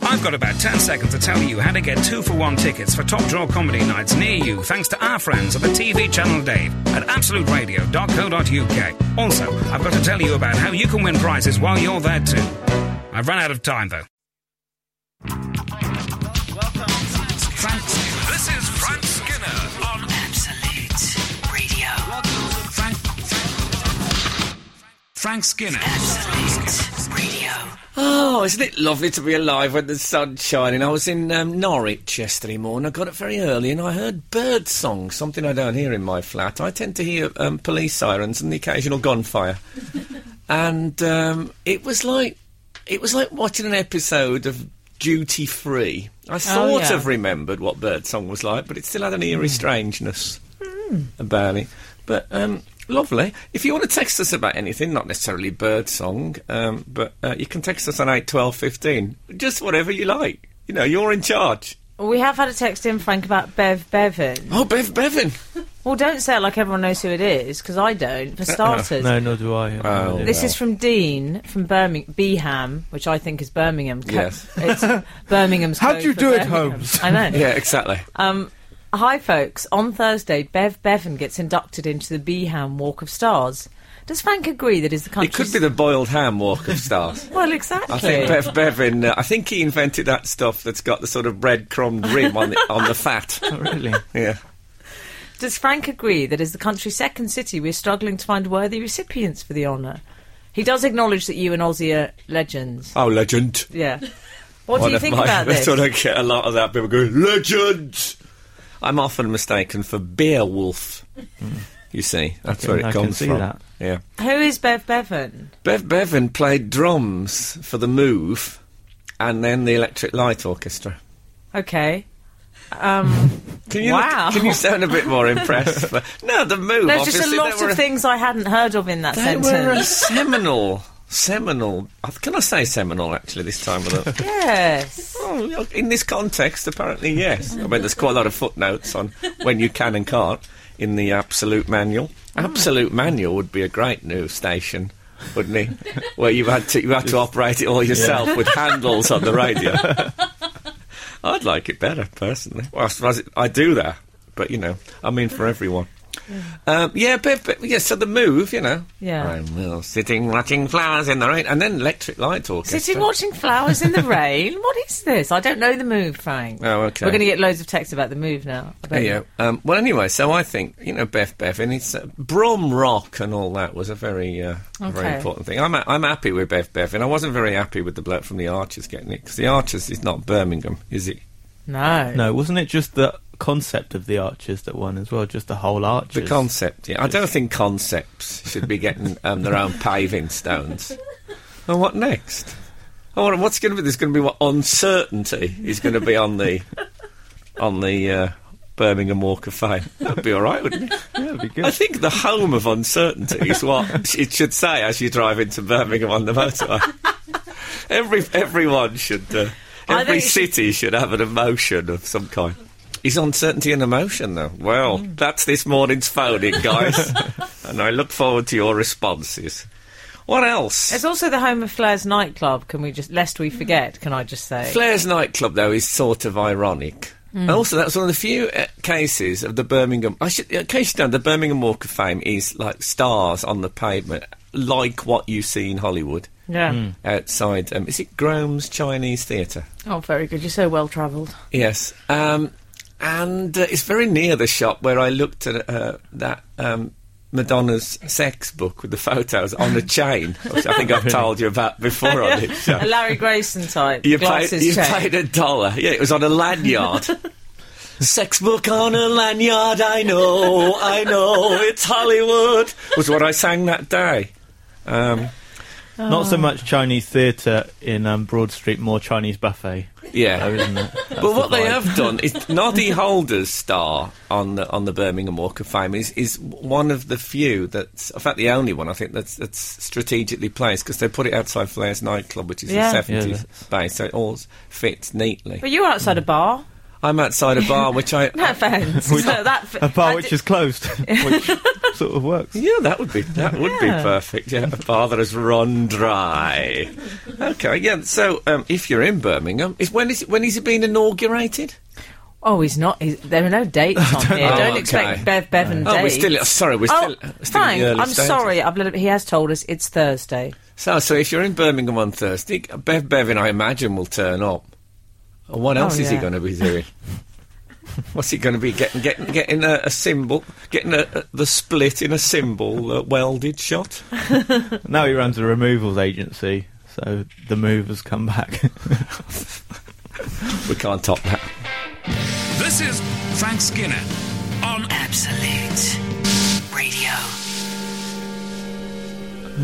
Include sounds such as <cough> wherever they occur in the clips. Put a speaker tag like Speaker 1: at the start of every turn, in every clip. Speaker 1: I've got about 10 seconds to tell you how to get two for one tickets for top draw comedy nights near you thanks to our friends at the TV channel Dave at absoluteradio.co.uk. Also, I've got to tell you about how you can win prizes while you're there too. I've run out of time though.
Speaker 2: This is Frank Skinner on
Speaker 3: Absolute Radio.
Speaker 2: Frank. Frank Skinner.
Speaker 3: Absolute Radio.
Speaker 4: Oh, isn't it lovely to be alive when the sun's shining? I was in um, Norwich yesterday morning. I got up very early and I heard bird song, something I don't hear in my flat. I tend to hear um, police sirens and the occasional gunfire. and um, it was like it was like watching an episode of Duty Free. I sort
Speaker 5: yeah.
Speaker 4: of remembered what bird song was like, but it still had an eerie strangeness about it. But um, lovely. If you want to text us about anything, not necessarily bird song, um, but uh, you can text us on eight twelve fifteen. Just whatever you like. You know, you're in charge.
Speaker 5: We have had a text in, Frank, about Bev Bevan.
Speaker 4: Oh, Bev Bevan.
Speaker 5: Well, don't say it like everyone knows who it is, because I don't, for starters.
Speaker 6: No, nor do I.
Speaker 4: Oh.
Speaker 6: Yeah.
Speaker 5: This is from Dean from Birmingham, Beeham, which I think is Birmingham. Co-
Speaker 4: Yes. <laughs>
Speaker 5: It's Birmingham's.
Speaker 7: How'd
Speaker 5: code
Speaker 7: you
Speaker 5: for
Speaker 7: do it,
Speaker 5: Birmingham.
Speaker 7: Holmes?
Speaker 5: I know.
Speaker 4: Yeah, exactly.
Speaker 5: Um, hi, folks. On Thursday, Bev Bevan gets inducted into the Beeham Walk of Stars. Does Frank agree that is the
Speaker 4: it
Speaker 5: country?
Speaker 4: could be the boiled ham walk of <laughs> stars.
Speaker 5: Well, exactly.
Speaker 4: I think Bev Bevan. Uh, I think he invented that stuff that's got the sort of bread crumb rim on the on the <laughs> fat.
Speaker 6: Oh, really?
Speaker 4: Yeah.
Speaker 5: Does Frank agree that as the country's second city, we're struggling to find worthy recipients for the honour? He does acknowledge that you and Aussie are legends.
Speaker 4: Oh, legend.
Speaker 5: Yeah. What do you think
Speaker 4: <laughs>
Speaker 5: about
Speaker 4: I
Speaker 5: this?
Speaker 4: sort of get a lot of that. People go, legend! I'm often mistaken for Beowulf. You see, that's
Speaker 6: can-
Speaker 4: where it
Speaker 6: I can
Speaker 4: comes
Speaker 6: see
Speaker 4: from.
Speaker 6: that.
Speaker 4: Yeah.
Speaker 5: Who is Bev Bevan?
Speaker 4: Bev Bevan played drums for The Move and then the Electric Light Orchestra.
Speaker 5: Okay. Um,
Speaker 4: Can you,
Speaker 5: Wow.
Speaker 4: can you sound a bit more impressed?
Speaker 5: <laughs>
Speaker 4: But- no, The Move.
Speaker 5: there's just a
Speaker 4: obviously,
Speaker 5: lot
Speaker 4: they were
Speaker 5: of things I hadn't heard of in that
Speaker 4: They
Speaker 5: sentence.
Speaker 4: were
Speaker 5: <laughs>
Speaker 4: a seminal, seminal. uh, Can I say seminal actually this time? Without,
Speaker 5: Yes.
Speaker 4: Oh, yeah, in this context, apparently, yes. I mean, there's quite a lot of footnotes on when you can and can't in the Absolute Manual. Absolute Manual would be a great new station, wouldn't it? Where you had to you had to operate it all yourself with handles on the radio. <laughs> I'd like it better personally. Well, I suppose it- I do that, but you know, I mean for everyone. Um, yeah, but, but yeah. So the move, you know.
Speaker 5: Yeah.
Speaker 4: I'm well, sitting watching flowers in the rain, and then electric light orchestra.
Speaker 5: Sitting watching flowers
Speaker 4: <laughs>
Speaker 5: in the rain? What is this? I don't know the move, Frank.
Speaker 4: Oh, okay.
Speaker 5: We're going to get loads of texts about the move now. I bet.
Speaker 4: Yeah. Um, well, anyway, so I think you know Beth Bevan. It's uh, Brom Rock and all that was a very, uh, very
Speaker 5: Okay.
Speaker 4: important thing. I'm, a- I'm happy with Beth Bevan. I wasn't very happy with the bloke from the Archers getting it because the Archers is not Birmingham, is it?
Speaker 5: No.
Speaker 6: No, wasn't it just the concept of the archers that won as well? Just the whole
Speaker 4: The
Speaker 6: archers.
Speaker 4: concept. Yeah, I don't think concepts should be getting um, their own paving stones. And what next? I wonder what's going to be. There's going to be what uncertainty is going to be on the on the uh, Birmingham Walk of Fame. That'd be all right, wouldn't it?
Speaker 6: Yeah, it'd be
Speaker 4: I
Speaker 6: good.
Speaker 4: think the home of uncertainty is <laughs> what it should say as you drive into Birmingham on the <laughs> motorway. Every everyone should, uh,
Speaker 5: I
Speaker 4: every
Speaker 5: think it should-
Speaker 4: city should have an emotion of some kind. Mm. Is uncertainty an emotion, though? Well, that's this morning's phone in, <laughs> guys, and I look forward to your responses. What else?
Speaker 5: It's also the home of Flair's nightclub. Can we just, lest we forget, can I just say?
Speaker 4: Flair's nightclub, though, is sort of ironic. And also, that's one of the few uh, cases of the Birmingham. I should, in case you don't, the Birmingham Walk of Fame is like stars on the pavement, like what you see in Hollywood
Speaker 5: yeah.
Speaker 4: Hmm. outside. Um, is it Grome's Chinese Theatre?
Speaker 5: Oh, very good. You're so well travelled.
Speaker 4: Yes. Um, and uh, it's very near the shop where I looked at uh, that um, Madonna's sex book with the photos on a chain, which I think I've told you about before on this
Speaker 5: <laughs>
Speaker 4: show.
Speaker 5: A Larry Grayson
Speaker 4: <laughs>
Speaker 5: type.
Speaker 4: You paid,
Speaker 5: glasses
Speaker 4: you
Speaker 5: check.
Speaker 4: paid a dollar. Yeah, it was on a lanyard.
Speaker 5: <laughs>
Speaker 4: Sex book on a lanyard, I know, I know, it's Hollywood, was what I sang that day. Um,
Speaker 5: Ah.
Speaker 6: Not so much Chinese theatre in um, Broad Street, more Chinese buffet, though,
Speaker 4: yeah. <laughs>
Speaker 6: isn't it? That's
Speaker 4: But what
Speaker 6: the
Speaker 4: they
Speaker 6: vibe.
Speaker 4: have done <laughs> is Noddy Holder's star on the on the Birmingham Walk of Fame is, is one of the few that's, in fact, the only one I think that's, that's strategically placed because they put it outside Flair's nightcub, which is
Speaker 5: Yeah.
Speaker 4: a 70s
Speaker 6: Yeah,
Speaker 4: base, so it all fits neatly. <laughs>
Speaker 5: But you were outside a bar.
Speaker 4: I'm outside a bar which I.
Speaker 5: <laughs> No offence. no, that f-
Speaker 6: A
Speaker 5: I
Speaker 6: bar which
Speaker 5: di-
Speaker 6: is closed, <laughs> which sort of works.
Speaker 4: Yeah, that would be that would be
Speaker 5: Yeah.
Speaker 4: perfect. Yeah, a bar that has run dry. Okay, yeah. So um, if you're in Birmingham, is when is it, when is it being inaugurated?
Speaker 5: Oh, he's not. He's, there are
Speaker 4: <laughs>
Speaker 5: no dates on here.
Speaker 4: know.
Speaker 5: Don't
Speaker 4: Oh, okay.
Speaker 5: expect Bev, Bev, and
Speaker 4: Oh, we're
Speaker 5: dates.
Speaker 4: still. Sorry, we're
Speaker 5: Oh,
Speaker 4: still. uh, still in
Speaker 5: fine.
Speaker 4: the early
Speaker 5: I'm
Speaker 4: stages.
Speaker 5: sorry. I've let him, he has told us it's Thursday.
Speaker 4: So, so if you're in Birmingham on Thursday, Bev Bevin, I imagine, will turn up. And What else is he
Speaker 5: Oh, yeah.
Speaker 4: going to be
Speaker 5: <laughs>
Speaker 4: doing? What's he going to be getting? Getting, getting a, a symbol, getting a, a- the split in a symbol uh, welded shot.
Speaker 6: Now he runs a removals agency, so the movers come back. <laughs>
Speaker 4: We can't top that.
Speaker 2: This is Frank Skinner on
Speaker 3: Absolute Radio.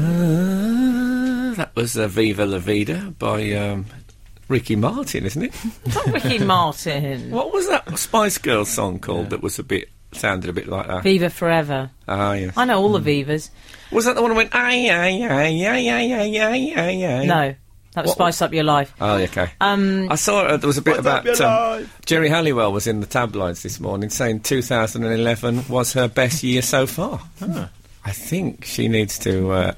Speaker 4: Uh, that was uh, "Viva La Vida" by um, Ricky Martin, isn't it? <laughs>
Speaker 5: Not Ricky Martin.
Speaker 4: What was that Spice Girls song called that was a bit sounded a bit like that?
Speaker 5: Viva forever.
Speaker 4: Ah, yes.
Speaker 5: I know all the Vivas.
Speaker 4: Was that the one that went ay ay ay ay ay ay ay ay ay?
Speaker 5: No, that was
Speaker 4: What-
Speaker 5: Spice Up Your Life.
Speaker 4: Oh, okay.
Speaker 5: Um,
Speaker 4: I saw uh, there was a bit
Speaker 6: What's up
Speaker 4: about
Speaker 6: your
Speaker 4: um,
Speaker 6: life?
Speaker 4: Jerry Halliwell was in the tabloids this morning saying 2011 was her best year so far. I think she needs to uh,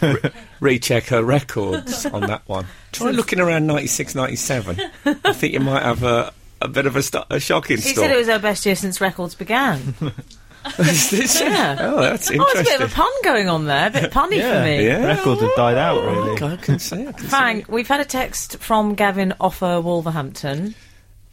Speaker 4: re- recheck her records
Speaker 5: <laughs>
Speaker 4: on that one. Try looking around 96, 97. I think you might have a, a bit of a, sto- a shocking
Speaker 5: she
Speaker 4: story.
Speaker 5: said
Speaker 4: <laughs>
Speaker 5: it was her best year since records began. Yeah.
Speaker 4: Oh, <laughs> that's
Speaker 5: oh, there's a
Speaker 4: interesting.
Speaker 5: bit of a pun going on there. A bit punny for me.
Speaker 4: Yeah.
Speaker 6: Records have died out, really.
Speaker 4: Okay,
Speaker 5: <laughs>
Speaker 4: I can see. I can see.
Speaker 5: Frank, we've had a text from Gavin Offer Wolverhampton.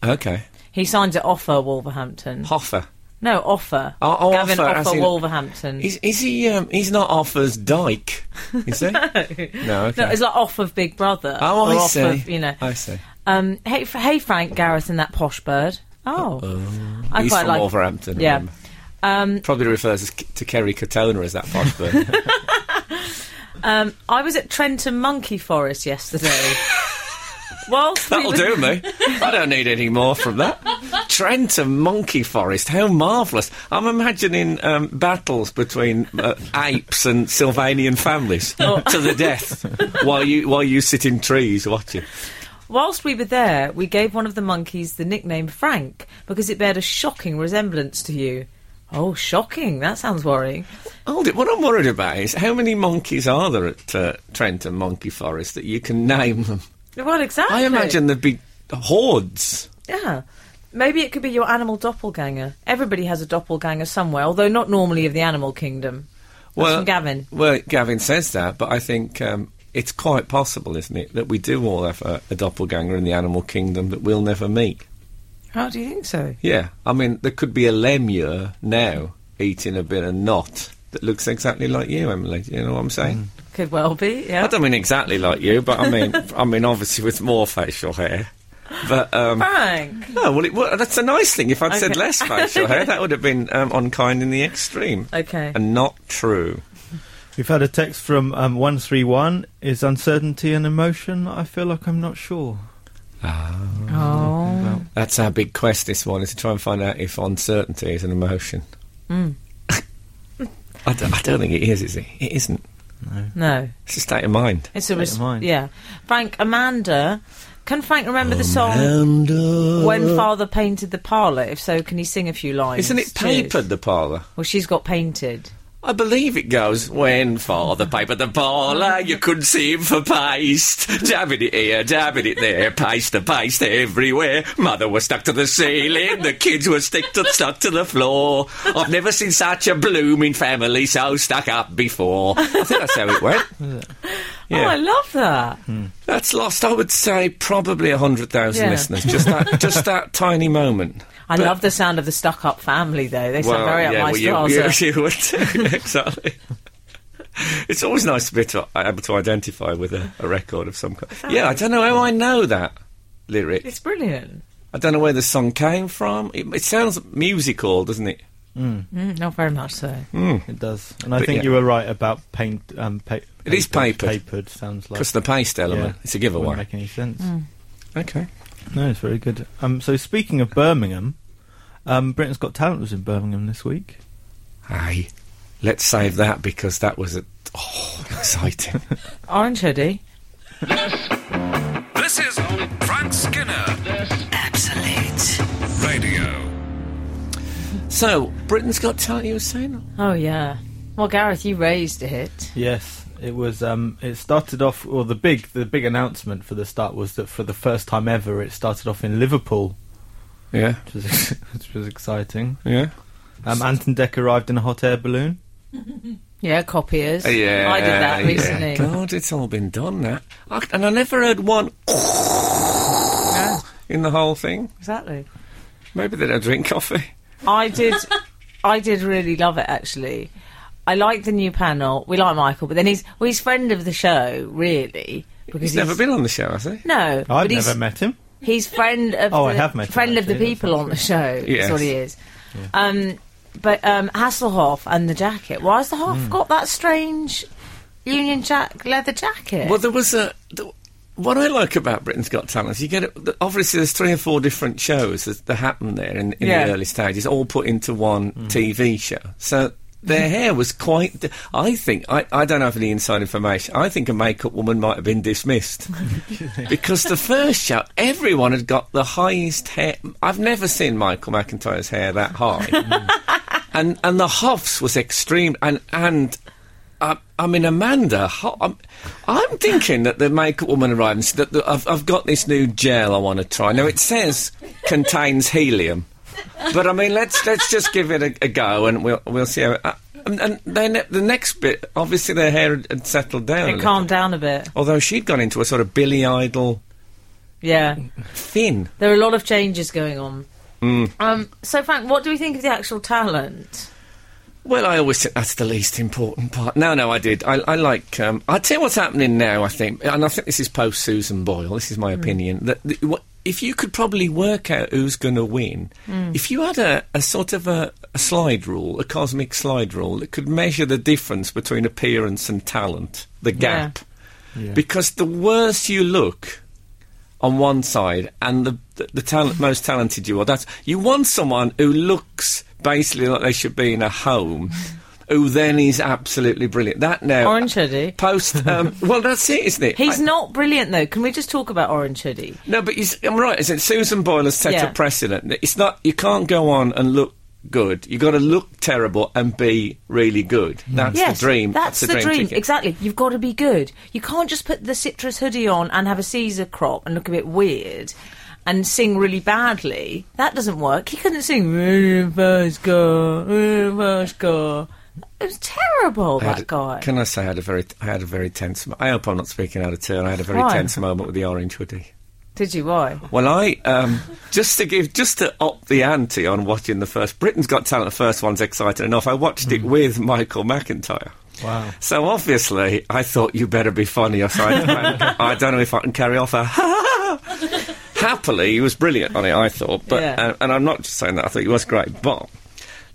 Speaker 4: Okay.
Speaker 5: He signs it Offer Wolverhampton.
Speaker 4: Hoffer.
Speaker 5: No, Offer.
Speaker 4: Oh, oh,
Speaker 5: Gavin
Speaker 4: Offer, as
Speaker 5: Offer
Speaker 4: in-
Speaker 5: Wolverhampton.
Speaker 4: Is, is he? Um, he's not Offer's Dyke, is
Speaker 5: <laughs>
Speaker 4: he? no. Okay.
Speaker 5: No, it's like off of Big Brother.
Speaker 4: Oh,
Speaker 5: or
Speaker 4: I
Speaker 5: off
Speaker 4: see.
Speaker 5: Of, you know.
Speaker 4: I see.
Speaker 5: Um, hey, f- hey, Frank Gareth and that posh bird. Oh, I
Speaker 4: He's
Speaker 5: quite
Speaker 4: from
Speaker 5: like.
Speaker 4: Wolverhampton.
Speaker 5: Yeah.
Speaker 4: remember. Probably refers as, to Kerry Katona as that posh
Speaker 5: <laughs>
Speaker 4: bird.
Speaker 5: Um, I was at Trenton Monkey
Speaker 4: <laughs>
Speaker 5: Forest yesterday. Whilst we
Speaker 4: That'll do
Speaker 5: were-
Speaker 4: me. I don't need any more from that. Trenton Monkey Forest. How marvellous. I'm imagining um, battles between uh, apes and Sylvanian families
Speaker 5: Oh.
Speaker 4: to the death while you, while you sit in trees watching.
Speaker 5: Whilst we were there, we gave one of the monkeys the nickname Frank because it bared a shocking resemblance to you. Oh, shocking! That sounds worrying.
Speaker 4: Hold it. What I'm worried about is how many monkeys are there at uh, Trenton Monkey Forest that you can name them?
Speaker 5: Well, exactly.
Speaker 4: I imagine there'd be hordes.
Speaker 5: Yeah. Maybe it could be your animal doppelganger. Everybody has a doppelganger somewhere, although not normally of the animal kingdom. from Gavin.
Speaker 4: Well, Gavin says that, but I think um, it's quite possible, isn't it, that we do all have a, a doppelganger in the animal kingdom that we'll never meet.
Speaker 5: How do you think so?
Speaker 4: Yeah, I mean, there could be a lemur now eating a bit of knot that looks exactly like you, Emily. You know what I'm saying?
Speaker 5: Could well be.
Speaker 4: I
Speaker 5: Yeah.
Speaker 4: don't mean exactly like you, but I mean, <laughs> I mean obviously with more facial hair. But um,
Speaker 5: Frank.
Speaker 4: no, well, it, well, that's a nice thing. If I'd said
Speaker 5: Okay.
Speaker 4: less facial hair, that would have been um, unkind in the extreme
Speaker 5: Okay.
Speaker 4: and not true.
Speaker 6: We've had a text from um, 131. Is uncertainty an emotion? I feel like I'm not sure.
Speaker 5: Oh.
Speaker 4: That's our big quest this one, is to try and find out if uncertainty is an emotion. <laughs> I, don't, I don't think it is, is it? It isn't.
Speaker 5: No.
Speaker 4: It's a state of mind.
Speaker 5: It's a
Speaker 6: State
Speaker 5: res-
Speaker 6: of mind.
Speaker 5: yeah. Frank Amanda. Can Frank remember the song
Speaker 4: And, uh,
Speaker 5: When Father Painted the Parlour? If so, can he sing a few lines?
Speaker 4: isn't it
Speaker 5: Cheers.
Speaker 4: papered, the parlour?
Speaker 5: Well, she's got painted.
Speaker 4: I believe it goes, when father papered the parlour, you couldn't see him for paste. Dabbing it here, dabbing it there, paste the paste everywhere. Mother was stuck to the ceiling, the kids were stick to, stuck to the floor. I've never seen such a blooming family so stuck up before. I think that's how it went.
Speaker 5: Oh, I love that.
Speaker 4: That's lost, I would say, probably 100,000
Speaker 5: Yeah.
Speaker 4: listeners. Just that, just
Speaker 5: <laughs>
Speaker 4: that tiny moment.
Speaker 5: I love the sound of the stuck-up family, though. They sound very up my uh,
Speaker 4: well, you, <laughs>
Speaker 5: strata.
Speaker 4: you, you would too, exactly. It's always nice to be to, uh, able to identify with a, a record of some kind. Yeah, I don't know how I know that lyric.
Speaker 5: It's brilliant.
Speaker 4: I don't know where the song came from. It, it sounds musical, doesn't it?
Speaker 5: Mm, not very much so.
Speaker 6: It does. And I
Speaker 4: But
Speaker 6: think
Speaker 4: yeah.
Speaker 6: you were right about paint. Um, pa-
Speaker 4: It is papered.
Speaker 6: Papered sounds like.
Speaker 4: Because the paste element,
Speaker 6: Yeah.
Speaker 4: it's a
Speaker 6: Wouldn't
Speaker 4: giveaway.
Speaker 6: make any sense.
Speaker 5: Mm.
Speaker 4: Okay.
Speaker 6: No, it's very good. Um, so speaking of Birmingham, um, Britain's Got Talent was in Birmingham this week.
Speaker 4: Aye. Let's save that because that was a, oh,
Speaker 2: <laughs>
Speaker 4: exciting.
Speaker 5: Orange hoodie.
Speaker 2: This is Frank Skinner
Speaker 3: Absolute
Speaker 4: So, Britain's Got Talent, you were saying?
Speaker 5: Oh yeah. Well, Gareth, you raised it.
Speaker 6: Yes, it was. Um, it started off. Well, the big the big announcement for the start was that for the first time ever, it started off in Liverpool,
Speaker 4: Yeah,
Speaker 6: which was <laughs> which was exciting.
Speaker 4: yeah.
Speaker 6: Um, Anton Deck arrived in a hot air balloon.
Speaker 5: Yeah, copiers.
Speaker 4: Yeah,
Speaker 5: I did that
Speaker 4: yeah.
Speaker 5: recently.
Speaker 4: God, it's all been done now. I, and I never heard one
Speaker 5: Yeah,
Speaker 4: in the whole thing.
Speaker 5: exactly.
Speaker 4: Maybe they don't drink coffee.
Speaker 5: I did. I did really love it actually. I like the new panel. We like Michael, but then he's well, he's friend of the show, really, because
Speaker 4: He's, never been on the show, has he?
Speaker 5: No,
Speaker 6: I've
Speaker 5: but he's,
Speaker 6: never met him.
Speaker 5: He's friend of
Speaker 6: Oh,
Speaker 5: the,
Speaker 6: I have met him,
Speaker 5: friend of the
Speaker 6: actually,
Speaker 5: people
Speaker 6: that's
Speaker 5: on the show.
Speaker 4: Yes.
Speaker 5: That's what he is. Um, but um, Hasselhoff and the jacket. Why has the Hoff
Speaker 6: Hmm.
Speaker 5: got that strange Union Jack leather jacket?
Speaker 4: Well, there was a. th what I like about Britain's Got Talent is you get it. th- Obviously, there's three or four different shows that, that happen there in, in
Speaker 5: Yeah.
Speaker 4: the early stages, all put into one TV show. So their hair was quite. di- I think I, I don't have any inside information. I think a makeup woman might have been dismissed because the first show everyone had got the highest hair. I've never seen Michael McIntyre's hair that high and and the Hoffs was extreme, and and uh, I mean Amanda, Ho- I'm, I'm thinking that the makeup woman arrived and said that the, I've, I've got this new gel I want to try. Now it says contains helium, but I mean let's let's just give it a, a go and we'll we'll see how. It, uh, and, and then the next bit, obviously their hair had, had settled down. a
Speaker 5: it
Speaker 4: little.
Speaker 5: calmed down a bit.
Speaker 4: Although she'd gone into a sort of Billy Idol
Speaker 5: Yeah,
Speaker 4: thin.
Speaker 5: there are a lot of changes going on.
Speaker 6: Hmm.
Speaker 5: Um, so, Frank, what do we think of the actual talent?
Speaker 4: Well, I always think that's the least important part. No, no, I did. I, I like. Um, I tell you what's happening now. I think, and I think this is post Susan Boyle. This is my opinion. That the, what, if you could probably work out who's going to win, if you had a, a sort of a, a slide rule, a cosmic slide rule that could measure the difference between appearance and talent, the gap, because the worse you look, on one side and the the, the talent, most talented you are. That's you want someone who looks basically like they should be in a
Speaker 5: <laughs>
Speaker 4: home, who then is absolutely brilliant. That now
Speaker 5: Orange hoodie.
Speaker 4: post.
Speaker 5: <laughs>
Speaker 4: Um, well, that's it, isn't it?
Speaker 5: He's
Speaker 4: I-
Speaker 5: not brilliant though. Can we just talk about Orange Hoodie?
Speaker 4: no, but you, s- I'm right. Isn't it? Susan Boyle has set
Speaker 5: Yeah.
Speaker 4: a precedent. that It's not you can't go on and look. Good. You got to look terrible and be really good. That's
Speaker 5: yes,
Speaker 4: the dream.
Speaker 5: That's, the, dream.
Speaker 4: ticket.
Speaker 5: Exactly. You've got to be good. You can't just put the citrus hoodie on and have a Caesar crop and look a bit weird and sing really badly. That doesn't work. He couldn't sing. Vasco, Vasco. It was terrible.
Speaker 4: I had
Speaker 5: That
Speaker 4: a-
Speaker 5: guy.
Speaker 4: Can I say I had a very, I had a very tense. mo- I hope I'm not speaking out of turn. I had a very
Speaker 5: Why?
Speaker 4: tense moment with the orange hoodie.
Speaker 5: Did you? Why?
Speaker 4: Well, I um, just to give just to up the ante on watching the first Britain's Got Talent. The first one's exciting enough. I watched it with Michael McIntyre.
Speaker 6: Wow.
Speaker 4: So obviously, I thought you better be funny. Or something. I don't know if I can carry off a. <laughs> Happily, he was brilliant on it. I thought, but
Speaker 5: Yeah.
Speaker 4: uh, and I'm not just saying that. I thought he was great, but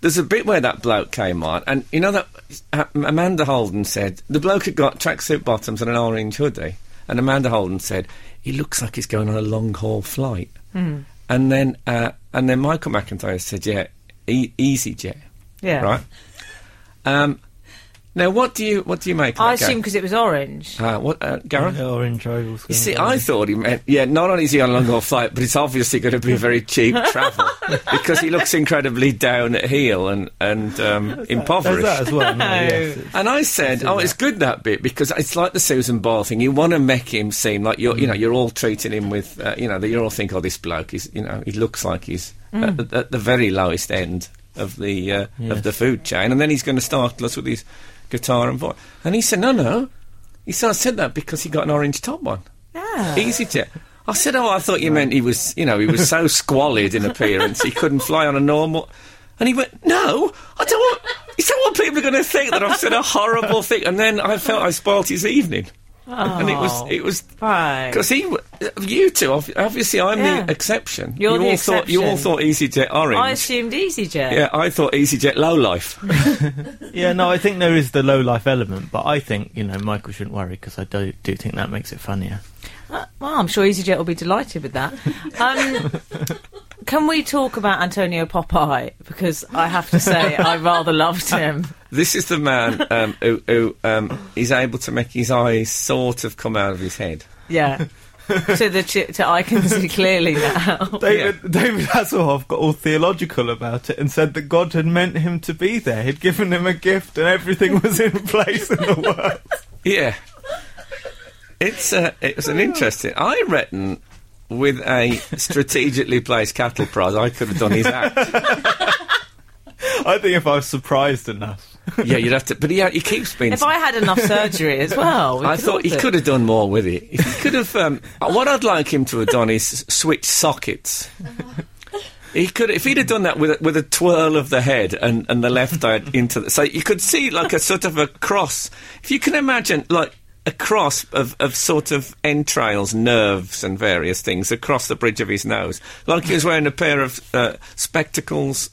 Speaker 4: there's a bit where that bloke came on, and you know that uh, Amanda Holden said the bloke had got tracksuit bottoms and an orange hoodie, and Amanda Holden said he looks like he's going on a long haul flight, and then uh, and then Michael McIntyre said, yeah, e- easy jet,
Speaker 5: Yeah.
Speaker 4: right. Um, now what do you what do you make? Of
Speaker 5: I
Speaker 4: that, Gareth?
Speaker 5: assume because it
Speaker 4: <laughs>
Speaker 5: was orange.
Speaker 4: Uh, what, uh, Gareth?
Speaker 6: Orange Oval.
Speaker 4: You see, I thought he meant, yeah, not only is he on a long haul flight, but it's obviously going to be very
Speaker 5: <laughs>
Speaker 4: cheap travel because he looks incredibly down at heel and, and um,
Speaker 6: There's
Speaker 4: impoverished.
Speaker 6: that
Speaker 4: <laughs>
Speaker 6: as well. No, yes, it's-
Speaker 4: And I said, "Oh, it's good that bit because it's like the Susan Boyle thing. You want to make him seem like you're, you know, you're all treating him with, uh, you know, that you all think, oh, this bloke is, you know, he looks like he's at, the, at the very lowest end of the uh, of the food chain, and then he's going to startle us with his guitar and voice." And he said, "No, no," he said, "I said that because he got an orange top on."
Speaker 5: Yeah.
Speaker 4: Easy jet. I said, "Oh, I thought you meant he was, you know, he was so squalid in appearance he couldn't fly on a normal." And he went, "No, I don't want." He said, "What people are going to think that I've said a horrible thing?" And then I felt I spoilt his evening, and it
Speaker 5: Oh.
Speaker 4: was it was
Speaker 5: Right.
Speaker 4: because he, w- you two, ob- obviously, I'm
Speaker 5: Yeah.
Speaker 4: the exception.
Speaker 5: You're
Speaker 4: you
Speaker 5: the
Speaker 4: all thought you all
Speaker 5: exception.
Speaker 4: thought EasyJet orange.
Speaker 5: I assumed EasyJet.
Speaker 4: yeah, I thought EasyJet low
Speaker 5: <laughs>
Speaker 4: life.
Speaker 6: yeah, no, I think there is the low life element, but I think you know Michael shouldn't worry because I do do think that makes it funnier.
Speaker 5: Uh, well, I'm sure EasyJet will be delighted with that. Um,
Speaker 4: <laughs>
Speaker 5: can we talk about Antonio Popeye? Because I have to say, I rather loved him.
Speaker 4: This is the man um, who, who um, is able to make his eyes sort of come out of his head.
Speaker 5: Yeah. to the ch- to I can see clearly now.
Speaker 6: David, David Hasselhoff got all theological about it and said that God had meant him to be there. He'd given him a gift and everything
Speaker 4: <laughs>
Speaker 6: was in place in the world.
Speaker 4: Yeah. It's a, it was an interesting. I reckon with a strategically placed cattle prod, I could have done his act.
Speaker 6: I think if I was surprised enough.
Speaker 4: yeah, you'd have to. But he, he keeps being.
Speaker 5: If I had enough surgery as well, we
Speaker 4: I thought he
Speaker 5: all do-
Speaker 4: could have done more with it. He could have. Um, what I'd like him to have done is switch sockets. He could, if he'd have done that with a, with a twirl of the head and, and the left
Speaker 6: <laughs>
Speaker 4: eye into the, so you could see like a sort of a cross. If you can imagine like a cross of, of sort of entrails, nerves, and various things across the bridge of his nose, like he was wearing a pair of uh, spectacles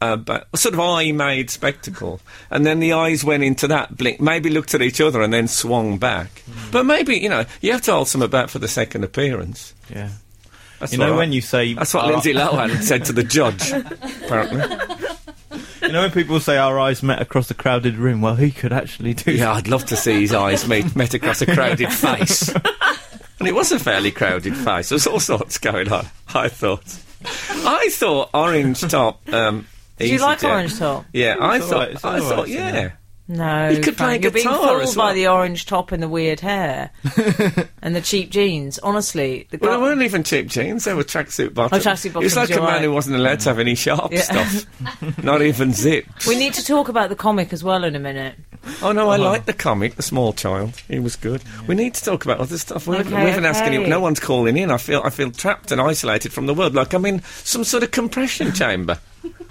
Speaker 4: uh, but sort of eye made spectacle. And then the eyes went into that blink, maybe looked at each other and then swung back.
Speaker 6: Hmm.
Speaker 4: But maybe, you know, you have to hold some about for the second appearance.
Speaker 6: Yeah.
Speaker 4: That's
Speaker 6: You
Speaker 4: what
Speaker 6: know
Speaker 4: I-
Speaker 6: when you say
Speaker 4: That's what
Speaker 6: our-
Speaker 4: Lindsay Lohan said to the judge, apparently.
Speaker 6: You know when people say our eyes met across a crowded room. Well, he could actually do.
Speaker 4: Yeah, I'd love to see his eyes meet, met across a crowded face. And it was a fairly crowded face. There was all sorts going on, I thought. I thought orange top. Um,
Speaker 5: Did you like
Speaker 4: EasyJet-
Speaker 5: orange top?
Speaker 4: Yeah, I
Speaker 6: It's all
Speaker 4: thought.
Speaker 6: right, it's all
Speaker 4: I
Speaker 6: right,
Speaker 4: thought,
Speaker 6: isn't it?
Speaker 4: yeah.
Speaker 5: No,
Speaker 4: He could play
Speaker 5: Frank, you're being
Speaker 4: guitar
Speaker 5: fooled
Speaker 4: as well.
Speaker 5: by the orange top and the
Speaker 4: <laughs>
Speaker 5: weird hair and the cheap jeans. Honestly, the
Speaker 4: Well,
Speaker 5: guy-
Speaker 4: they weren't even cheap jeans. They were tracksuit bottoms.
Speaker 5: Oh, tracksuit
Speaker 4: It was like
Speaker 5: bottoms,
Speaker 4: a
Speaker 5: you're
Speaker 4: man
Speaker 5: right.
Speaker 4: who wasn't allowed to have any sharp
Speaker 5: Yeah. <laughs>
Speaker 4: stuff. Not even zips.
Speaker 5: we need to talk about the comic as well in a minute.
Speaker 4: oh, no, I
Speaker 5: Uh-huh.
Speaker 4: like the comic, The Small Child. He was good. We need to talk about other stuff. We haven't, we
Speaker 5: Okay,
Speaker 4: haven't asked any...
Speaker 5: okay.
Speaker 4: No one's calling in. I feel, I feel trapped and isolated from the world. Like I'm in some sort of
Speaker 5: <laughs>
Speaker 4: compression chamber.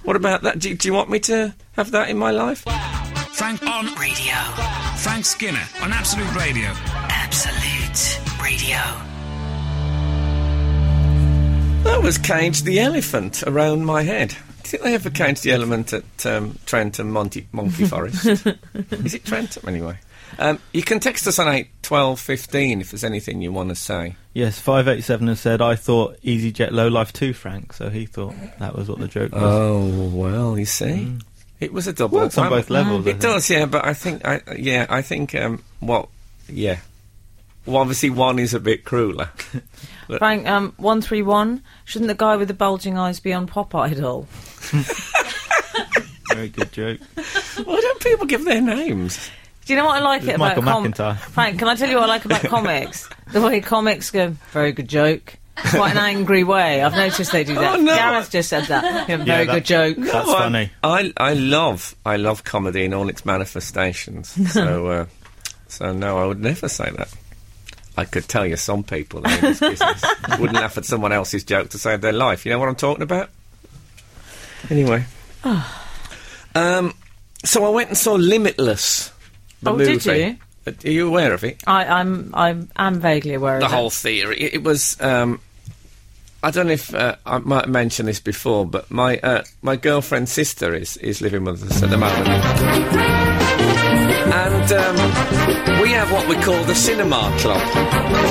Speaker 4: What about that? Do, do you want me to have that in my life?
Speaker 2: Frank on
Speaker 3: Radio.
Speaker 2: Frank Skinner on Absolute Radio.
Speaker 3: Absolute Radio.
Speaker 4: That was Cage the Elephant around my head. Do you think they ever caged the elephant at um, Trent and Monty, Monkey
Speaker 5: <laughs>
Speaker 4: Forest? Is it Trentham anyway? Um, you can text us on 8 12 15 if there's anything you want to say.
Speaker 6: Yes, five eight seven has said I thought EasyJet low life too, Frank. So he thought that was what the joke was.
Speaker 4: Oh, well, you see. It was a double.
Speaker 6: Mm. Works on
Speaker 4: whammy.
Speaker 6: both levels, I
Speaker 4: It
Speaker 6: think.
Speaker 4: does, yeah, but I think, I, yeah, I think, um, well, yeah. Well, obviously, one is a bit
Speaker 6: <laughs>
Speaker 4: crueler.
Speaker 5: Frank, um, one three one. Shouldn't the guy with the bulging eyes be on Pop Idol?
Speaker 6: Very good joke.
Speaker 4: Why don't people give their names?
Speaker 5: Do you know what I like it about
Speaker 6: Michael
Speaker 5: com-
Speaker 6: McIntyre.
Speaker 5: Frank, can I tell you what I like
Speaker 6: <laughs>
Speaker 5: about comics? The way comics go, very good joke. Quite an angry way. I've noticed they do
Speaker 4: <laughs>
Speaker 5: that.
Speaker 4: Oh, no.
Speaker 5: Gareth just said
Speaker 4: <laughs>
Speaker 5: that. Yeah, Very
Speaker 6: that-
Speaker 5: good joke.
Speaker 6: That's
Speaker 4: Oh, I-
Speaker 6: funny.
Speaker 4: I, I love I love comedy in all its
Speaker 5: <laughs>
Speaker 4: manifestations. so uh, so no, I would never say that. I could tell you some people that are in this
Speaker 5: <laughs>
Speaker 4: business wouldn't laugh at someone else's joke to save their life. You know what I'm talking about?
Speaker 5: <sighs>
Speaker 4: Anyway, um, so I went and saw Limitless. The
Speaker 5: Oh,
Speaker 4: movie.
Speaker 5: did you?
Speaker 4: Uh, Are you aware of it?
Speaker 5: I, I'm, I'm, am vaguely aware of
Speaker 4: the
Speaker 5: that.
Speaker 4: whole theory. It, it was. Um, I don't know if uh, I might have mentioned this before, but my uh, my girlfriend's sister is is living with us at the moment, and um, we have what we call the cinema club.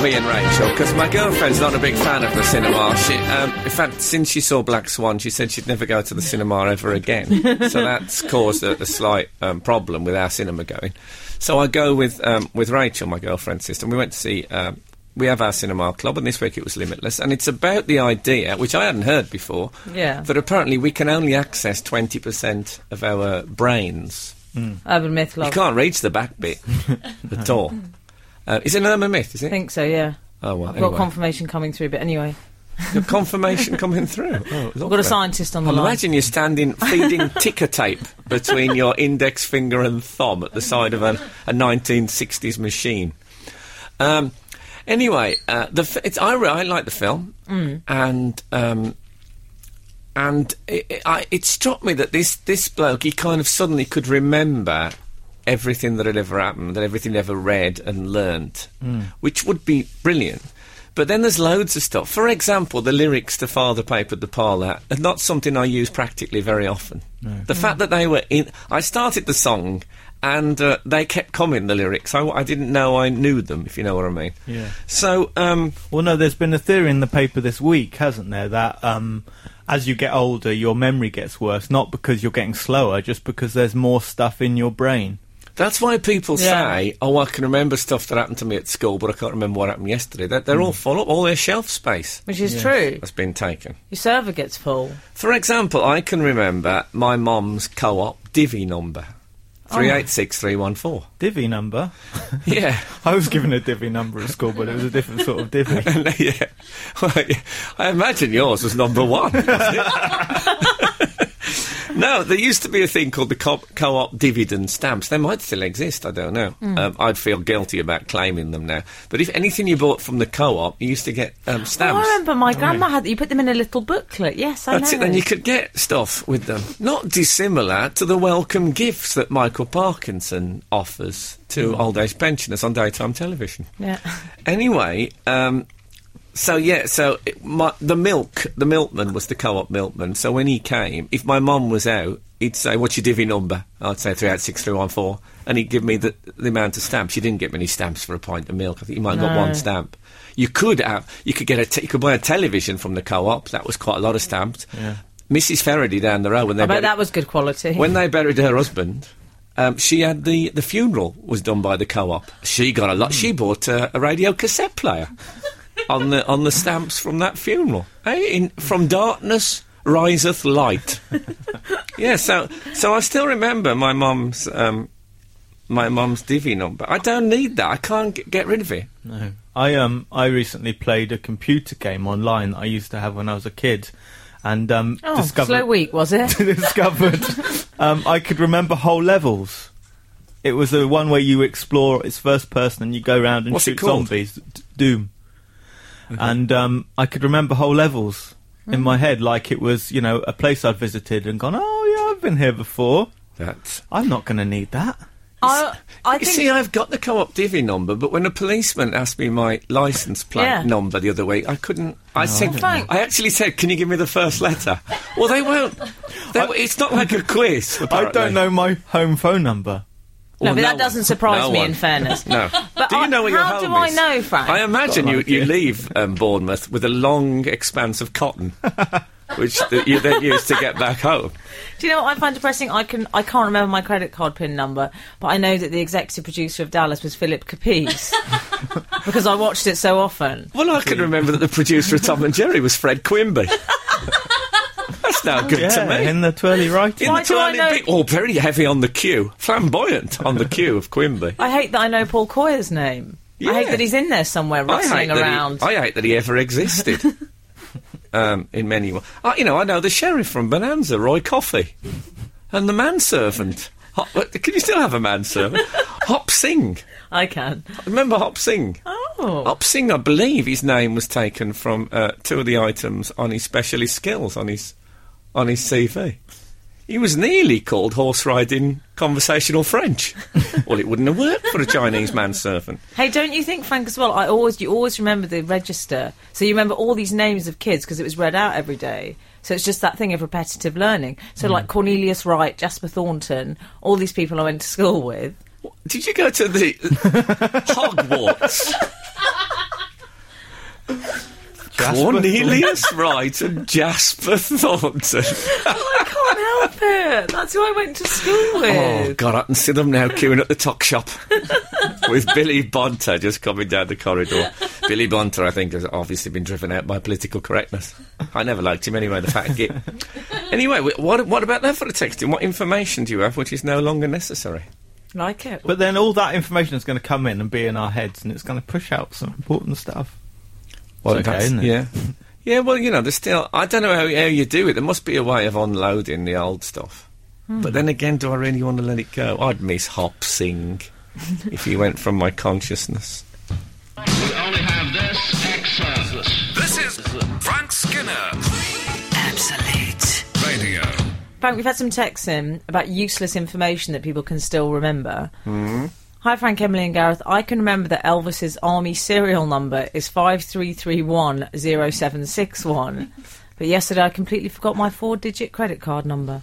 Speaker 4: Me and Rachel, because my girlfriend's not a big fan of the cinema. She, um, in fact, since she saw Black Swan, she said she'd never go to the cinema ever again. so that's caused a, a slight um, problem with our cinema going. So I go with um, with Rachel, my girlfriend's sister. and We went to see um, we have our cinema club, and this week it was Limitless, and it's about the idea, which I hadn't heard before,
Speaker 5: Yeah.
Speaker 4: that apparently we can only access 20% of our brains.
Speaker 5: Urban myth
Speaker 4: You
Speaker 5: love.
Speaker 4: can't reach the back bit at all. Uh, is it an urban myth, is it?
Speaker 5: I think so, yeah.
Speaker 4: oh, well,
Speaker 5: I've
Speaker 4: anyway.
Speaker 5: got confirmation coming through, but anyway.
Speaker 4: Got confirmation coming
Speaker 5: <laughs>
Speaker 4: through. Oh,
Speaker 5: I've got a scientist on the line.
Speaker 4: Imagine you're standing feeding ticker tape between your index finger and thumb at the side of an, a 1960s machine. Um, anyway, uh, the f- it's, I, re- I like the film,
Speaker 5: Mm.
Speaker 4: and um, and it, it, I, it struck me that this this bloke he kind of suddenly could remember everything that had ever happened, that everything ever read and learnt, which would be brilliant. But then there's loads of stuff. For example, the lyrics to "Father Papered the Parlour" are not something I use practically very often. The fact that they were in, I started the song. And uh, they kept coming the lyrics. I, I didn't know I knew them, if you know what I mean.
Speaker 6: Yeah.
Speaker 4: So um,
Speaker 6: Well, no, there's been a theory in the paper this week, hasn't there, that um, as you get older, your memory gets worse, not because you're getting slower, just because there's more stuff in your brain.
Speaker 4: That's why people
Speaker 5: Yeah.
Speaker 4: say, "Oh, I can remember stuff that happened to me at school, but I can't remember what happened yesterday." That they're all full up. All their shelf space
Speaker 5: Which is true.
Speaker 4: has been taken.
Speaker 5: Your server gets full.
Speaker 4: For example, I can remember my mum's co-op divvy number, three eight six three one four.
Speaker 6: Divvy number. <laughs>
Speaker 4: <laughs> Yeah.
Speaker 6: I was given a divvy number at school, but it was a different sort of divvy.
Speaker 4: <laughs> yeah. Well, yeah. I imagine yours was number one. <laughs> no, there used to be a thing called the co- co-op dividend stamps. They might still exist. I don't know.
Speaker 5: Hmm.
Speaker 4: Um, I'd feel guilty about claiming them now. But if anything you bought from the co-op, you used to get um,
Speaker 5: Oh, I
Speaker 4: stamps.
Speaker 5: remember my grandma had. You put them in a little booklet. Yes, I
Speaker 4: That's
Speaker 5: know.
Speaker 4: it. Then you could get stuff with them. Not dissimilar to the welcome gifts that Michael Parkinson offers to old age pensioners on daytime television.
Speaker 5: Hmm. Yeah.
Speaker 4: Anyway, um, so yeah, so it, my, the milk, the milkman was the co-op milkman. So when he came, if my mum was out, he'd say, "What's your divvy number?" I'd say three eight six three one four, and he'd give me the, the amount of stamps. He didn't get many stamps for a pint of milk. I think he might have got one stamp. You could have, you could get a, te- you could buy a television from the co-op. That was quite a lot of stamps. Mrs. Faraday down the road when they
Speaker 5: I bet
Speaker 4: buried-
Speaker 5: that was good quality.
Speaker 4: when they buried her husband, um, she had the, the funeral was done by the co-op. She got a lot. She bought uh, a radio cassette player on the on the stamps from that funeral. Hey, Eh, in, from darkness riseth light. <laughs> yeah, so so I still remember my mum's um, my mum's divvy number. I don't need that. I can't g- get rid of it.
Speaker 6: No. I um I recently played a computer game online that I used to have when I was a kid, and um,
Speaker 5: oh,
Speaker 6: discovered
Speaker 5: slow week was
Speaker 6: <laughs>
Speaker 5: it?
Speaker 6: discovered um, I could remember whole levels. It was the one where you explore. It's first person, and you go around and
Speaker 4: What's it
Speaker 6: shoot
Speaker 4: called?
Speaker 6: zombies. D- Doom. And um, I could remember whole levels in my head, like it was you know a place I'd visited and gone. Oh yeah, I've been here before.
Speaker 4: That's
Speaker 6: I'm not going to need that.
Speaker 5: I, I
Speaker 4: you
Speaker 5: think
Speaker 4: see, I've got the co-op divvy number, but when a policeman asked me my license plate
Speaker 5: Yeah. Oh.
Speaker 4: number the other week, I couldn't. I said,
Speaker 5: don't know.
Speaker 4: I actually said, "Can you give me the first letter?" well, they won't. They, it's not like a quiz.
Speaker 6: I
Speaker 4: apparently.
Speaker 6: don't know my home phone number.
Speaker 5: no,
Speaker 4: Well,
Speaker 5: but that
Speaker 4: no <laughs>
Speaker 5: doesn't
Speaker 4: one.
Speaker 5: surprise
Speaker 4: No
Speaker 5: me.
Speaker 4: one. <laughs>
Speaker 5: In fairness,
Speaker 4: No.
Speaker 5: <laughs> But
Speaker 4: do you
Speaker 5: I-
Speaker 4: know where your
Speaker 5: how
Speaker 4: home
Speaker 5: do I
Speaker 4: is?
Speaker 5: know, Frank?
Speaker 4: I imagine
Speaker 6: Got
Speaker 4: you,
Speaker 6: an
Speaker 4: you
Speaker 6: idea.
Speaker 4: leave um, Bournemouth with a long expanse of <laughs> cotton, which th- you then use to get back home.
Speaker 5: Do you know what I find depressing? I can I can't remember my credit card pin number, but I know that the executive producer of Dallas was Philip
Speaker 4: <laughs>
Speaker 5: Capiz because I watched it so often.
Speaker 4: Well, I can remember that the producer of Tom and Jerry was Fred Quimby. <laughs> That's now good to
Speaker 6: Yeah,
Speaker 4: me.
Speaker 6: in the twirly right.
Speaker 4: In
Speaker 5: Why
Speaker 4: the
Speaker 5: do I
Speaker 4: twirling
Speaker 5: know-
Speaker 4: bit, or very heavy on the queue, flamboyant on the queue of Quimby.
Speaker 5: I hate that I know Paul Coyer's name. I hate
Speaker 4: Yeah.
Speaker 5: that he's in there somewhere <laughs> rustling
Speaker 4: that he-
Speaker 5: around.
Speaker 4: I hate that he ever
Speaker 5: <laughs>
Speaker 4: existed. um, in many ways, uh, you know, I know the sheriff from Bonanza, Roy Coffey, and the manservant. Hop, what- can you still have a
Speaker 5: <laughs>
Speaker 4: manservant? Hop Singh.
Speaker 5: I can.
Speaker 4: Remember Hop Singh?
Speaker 5: Oh,
Speaker 4: Hop Singh, I believe his name was taken from uh, two of the items on his specialist skills on his on his CV. He was nearly called horse riding conversational French. well, it wouldn't have worked for a Chinese manservant.
Speaker 5: hey, don't you think, Frank? As well, I always you always remember the register, so you remember all these names of kids because it was read out every day. So it's just that thing of repetitive learning. So
Speaker 4: Hmm.
Speaker 5: like Cornelius Wright, Jasper Thornton, all these people I went to school with.
Speaker 4: Did you go to the Hogwarts? Cornelius Wright and Jasper Thornton.
Speaker 5: can't help it. That's who I went to school
Speaker 4: Oh,
Speaker 5: with.
Speaker 4: God, I can see them now queuing at the tuck shop with Billy Bonter just coming down the corridor. Billy Bonter, I think, has obviously been driven out by political correctness. I never liked him anyway, the fat git. Anyway, wh- what, what about that for the texting? What information do you have which is no longer necessary?
Speaker 5: Like it.
Speaker 6: But then all that information is going to come in and be in our heads, and it's going to push out some important stuff.
Speaker 4: Well,
Speaker 6: It's okay,
Speaker 4: that's-
Speaker 6: isn't it?
Speaker 4: Yeah. Yeah, well, you know, there's still. I don't know how, how you do it. There must be a way of unloading the old stuff. But then again, do I really want to let it go? I'd miss Hop Sing if he went from my consciousness.
Speaker 7: We only have this excerpt.
Speaker 2: This is Frank Skinner
Speaker 3: Absolute.
Speaker 2: Radio.
Speaker 5: Frank, we've had some texts in about useless information that people can still remember.
Speaker 4: Hmm?
Speaker 5: Hi, Frank, Emily, and Gareth. I can remember that Elvis's army serial number is five three three one zero seven six one. But yesterday, I completely forgot my four-digit credit card number.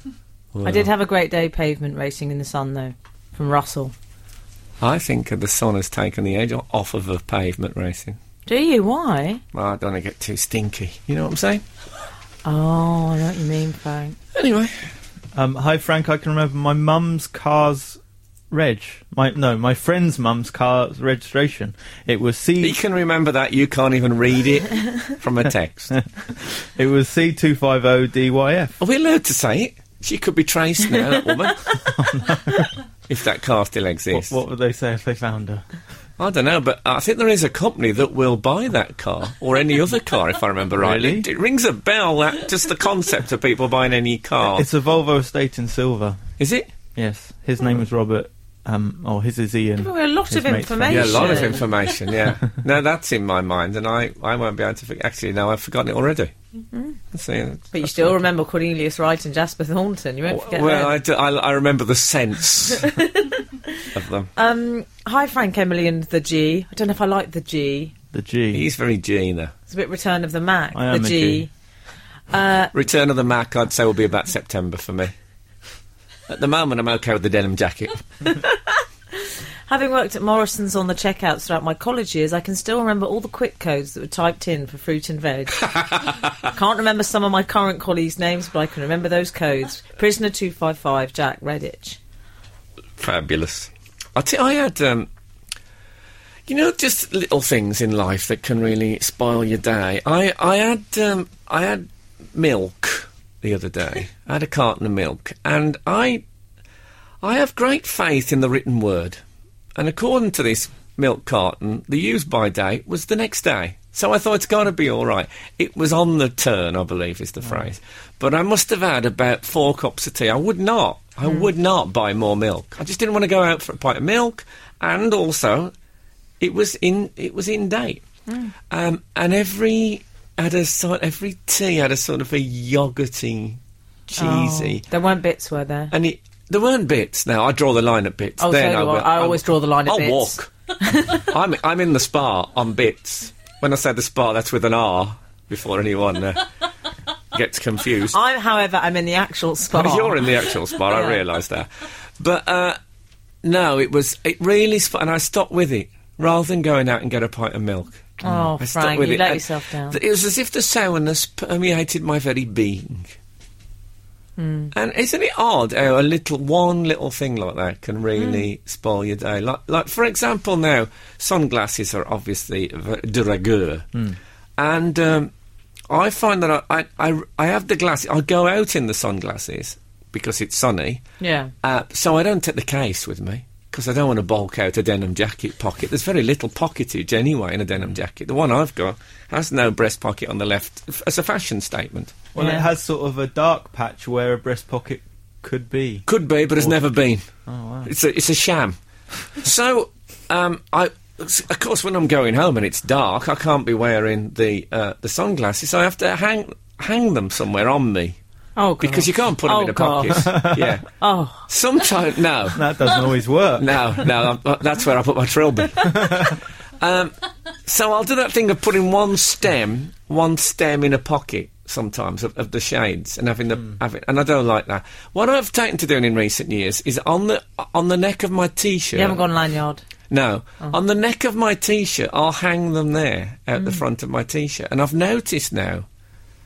Speaker 5: I did have a great day pavement racing in the sun, though, from Russell.
Speaker 4: I think the sun has taken the edge o- off of the pavement racing.
Speaker 5: Do you? Why?
Speaker 4: Well, I don't want to get too stinky. You know what I'm saying?
Speaker 5: Oh, I know what you mean, Frank.
Speaker 4: Anyway,
Speaker 6: Um, hi, Frank. I can remember my mum's car's reg. My no, my friend's mum's car's registration. It was
Speaker 4: He <laughs>
Speaker 6: C.
Speaker 4: can remember that. You can't even read
Speaker 6: <laughs>
Speaker 4: it from a text. Are
Speaker 6: It was C two five oh zero DYF.
Speaker 4: we allowed to say it? She could be traced now, that woman.
Speaker 6: <laughs>
Speaker 4: if that car still
Speaker 6: What,
Speaker 4: exists.
Speaker 6: what would they say if they found her?
Speaker 4: I don't know, but I think there is a company that will buy that car or any other car, if I remember rightly.
Speaker 6: Really?
Speaker 4: It, it rings a bell. That just the concept of people buying any car.
Speaker 6: It's a Volvo estate in Silver.
Speaker 4: is it?
Speaker 6: Yes, his name is Robert. Um, oh, his is Ian.
Speaker 5: Well, a lot
Speaker 6: His
Speaker 5: of
Speaker 6: mate's friend.
Speaker 5: information.
Speaker 4: Yeah, a lot of
Speaker 5: Sure.
Speaker 4: information.
Speaker 5: <laughs>
Speaker 4: Yeah, no, that's in my mind, and I, I won't be able to. Forget. Actually, no, I've forgotten it already.
Speaker 5: Mm-hmm.
Speaker 4: See,
Speaker 5: But you still remember Cornelius Wright and Jasper Thornton. You won't forget
Speaker 4: well,
Speaker 5: them.
Speaker 4: I, do- I, I remember the
Speaker 5: <laughs>
Speaker 4: sense of them.
Speaker 5: Um, hi, Frank, Emily, and the G. I don't know if I like the G.
Speaker 6: The G.
Speaker 4: He's very Gina.
Speaker 5: It's a bit Return of the Mac.
Speaker 6: I am
Speaker 5: the
Speaker 6: a
Speaker 5: G.
Speaker 6: G.
Speaker 5: Uh,
Speaker 4: Return of the Mac, I'd say, will be about September for me. At the moment, I'm okay with the denim jacket.
Speaker 5: having worked at Morrison's on the checkouts throughout my college years, I can still remember all the quick codes that were typed in for fruit
Speaker 4: <laughs>
Speaker 5: and veg. Can't remember some of my current colleagues' names, but I can remember those codes. Prisoner two five five, Jack Redditch.
Speaker 4: Fabulous. I t- I had, um, you know, just little things in life that can really spoil your day. I, I had, um, I had milk the other day. I had a carton of milk, and I, I have great faith in the written word. And according to this milk carton, the use by date was the next day. So I thought it's got to be all right. It was on the turn, I believe, is the phrase. But I must have had about four cups of tea. I would not. I would not buy more milk. I just didn't want to go out for a pint of milk, and also, it was in it was in date. Um, and every had a sort every tea had a sort of a yogurty, cheesy,
Speaker 5: There weren't bits, were there?
Speaker 4: and it, there weren't bits. Now I draw the line at bits.
Speaker 5: Oh,
Speaker 4: then
Speaker 5: so
Speaker 4: I,
Speaker 5: do I.
Speaker 4: will-
Speaker 5: I always draw the line at
Speaker 4: I'll
Speaker 5: bits.
Speaker 4: walk. <laughs> I'm I'm in the spa on bits. When I say the spa, that's with an R before anyone
Speaker 5: <laughs>
Speaker 4: uh, gets confused.
Speaker 5: I, however, I'm in the
Speaker 4: <laughs>
Speaker 5: actual spot.
Speaker 4: You're in the actual spa. I
Speaker 5: <laughs> Yeah.
Speaker 4: realised that. But uh, no, it was it really sp- and I stopped with it rather than going out and get a pint of milk. Mm,
Speaker 5: Oh,
Speaker 4: I stuck
Speaker 5: Frank,
Speaker 4: with
Speaker 5: you
Speaker 4: it,
Speaker 5: let
Speaker 4: and
Speaker 5: yourself down.
Speaker 4: th- it was as if the sourness permeated my very being.
Speaker 5: Hmm.
Speaker 4: And isn't it odd how a little, one little thing like that can
Speaker 5: Hmm.
Speaker 4: really spoil your day? Like, like for example, now sunglasses are obviously v- de rigueur, and um, I find that I, I, I, I have the glasses. I go out in the sunglasses because it's sunny.
Speaker 5: yeah.
Speaker 4: Uh, so I don't take the case with me because I don't want to bulk out a denim jacket pocket. There's very little pocketage anyway in a denim jacket. The one I've got has no breast pocket on the left f- as a fashion statement.
Speaker 6: Well,
Speaker 5: Yeah.
Speaker 6: it has sort of a dark patch where a breast pocket could
Speaker 4: <laughs>
Speaker 6: be.
Speaker 4: Could be, but has never been.
Speaker 6: Oh wow!
Speaker 4: It's a, it's a sham. so, um, I, of course, when I'm going home and it's dark, I can't be wearing the uh, the sunglasses. I have to hang hang them somewhere on me
Speaker 5: Oh, God.
Speaker 4: because you can't put them
Speaker 5: Oh,
Speaker 4: in a
Speaker 5: God.
Speaker 4: pocket.
Speaker 6: <laughs>
Speaker 4: yeah.
Speaker 5: <laughs> Oh,
Speaker 4: Sometimes no.
Speaker 6: That doesn't always
Speaker 4: <laughs>
Speaker 6: work.
Speaker 4: No, no, I- that's where I put my trilby. um, so I'll do that thing of putting one stem, one stem in a pocket sometimes of, of the shades and having the having, and I don't like that. What I've taken to doing in recent years is on the on the neck of my t-shirt.
Speaker 5: you haven't gone lanyard.
Speaker 4: No,
Speaker 5: Oh.
Speaker 4: on the neck of my t-shirt, I'll hang them there out
Speaker 5: Mm.
Speaker 4: the front of my t-shirt, and I've noticed now.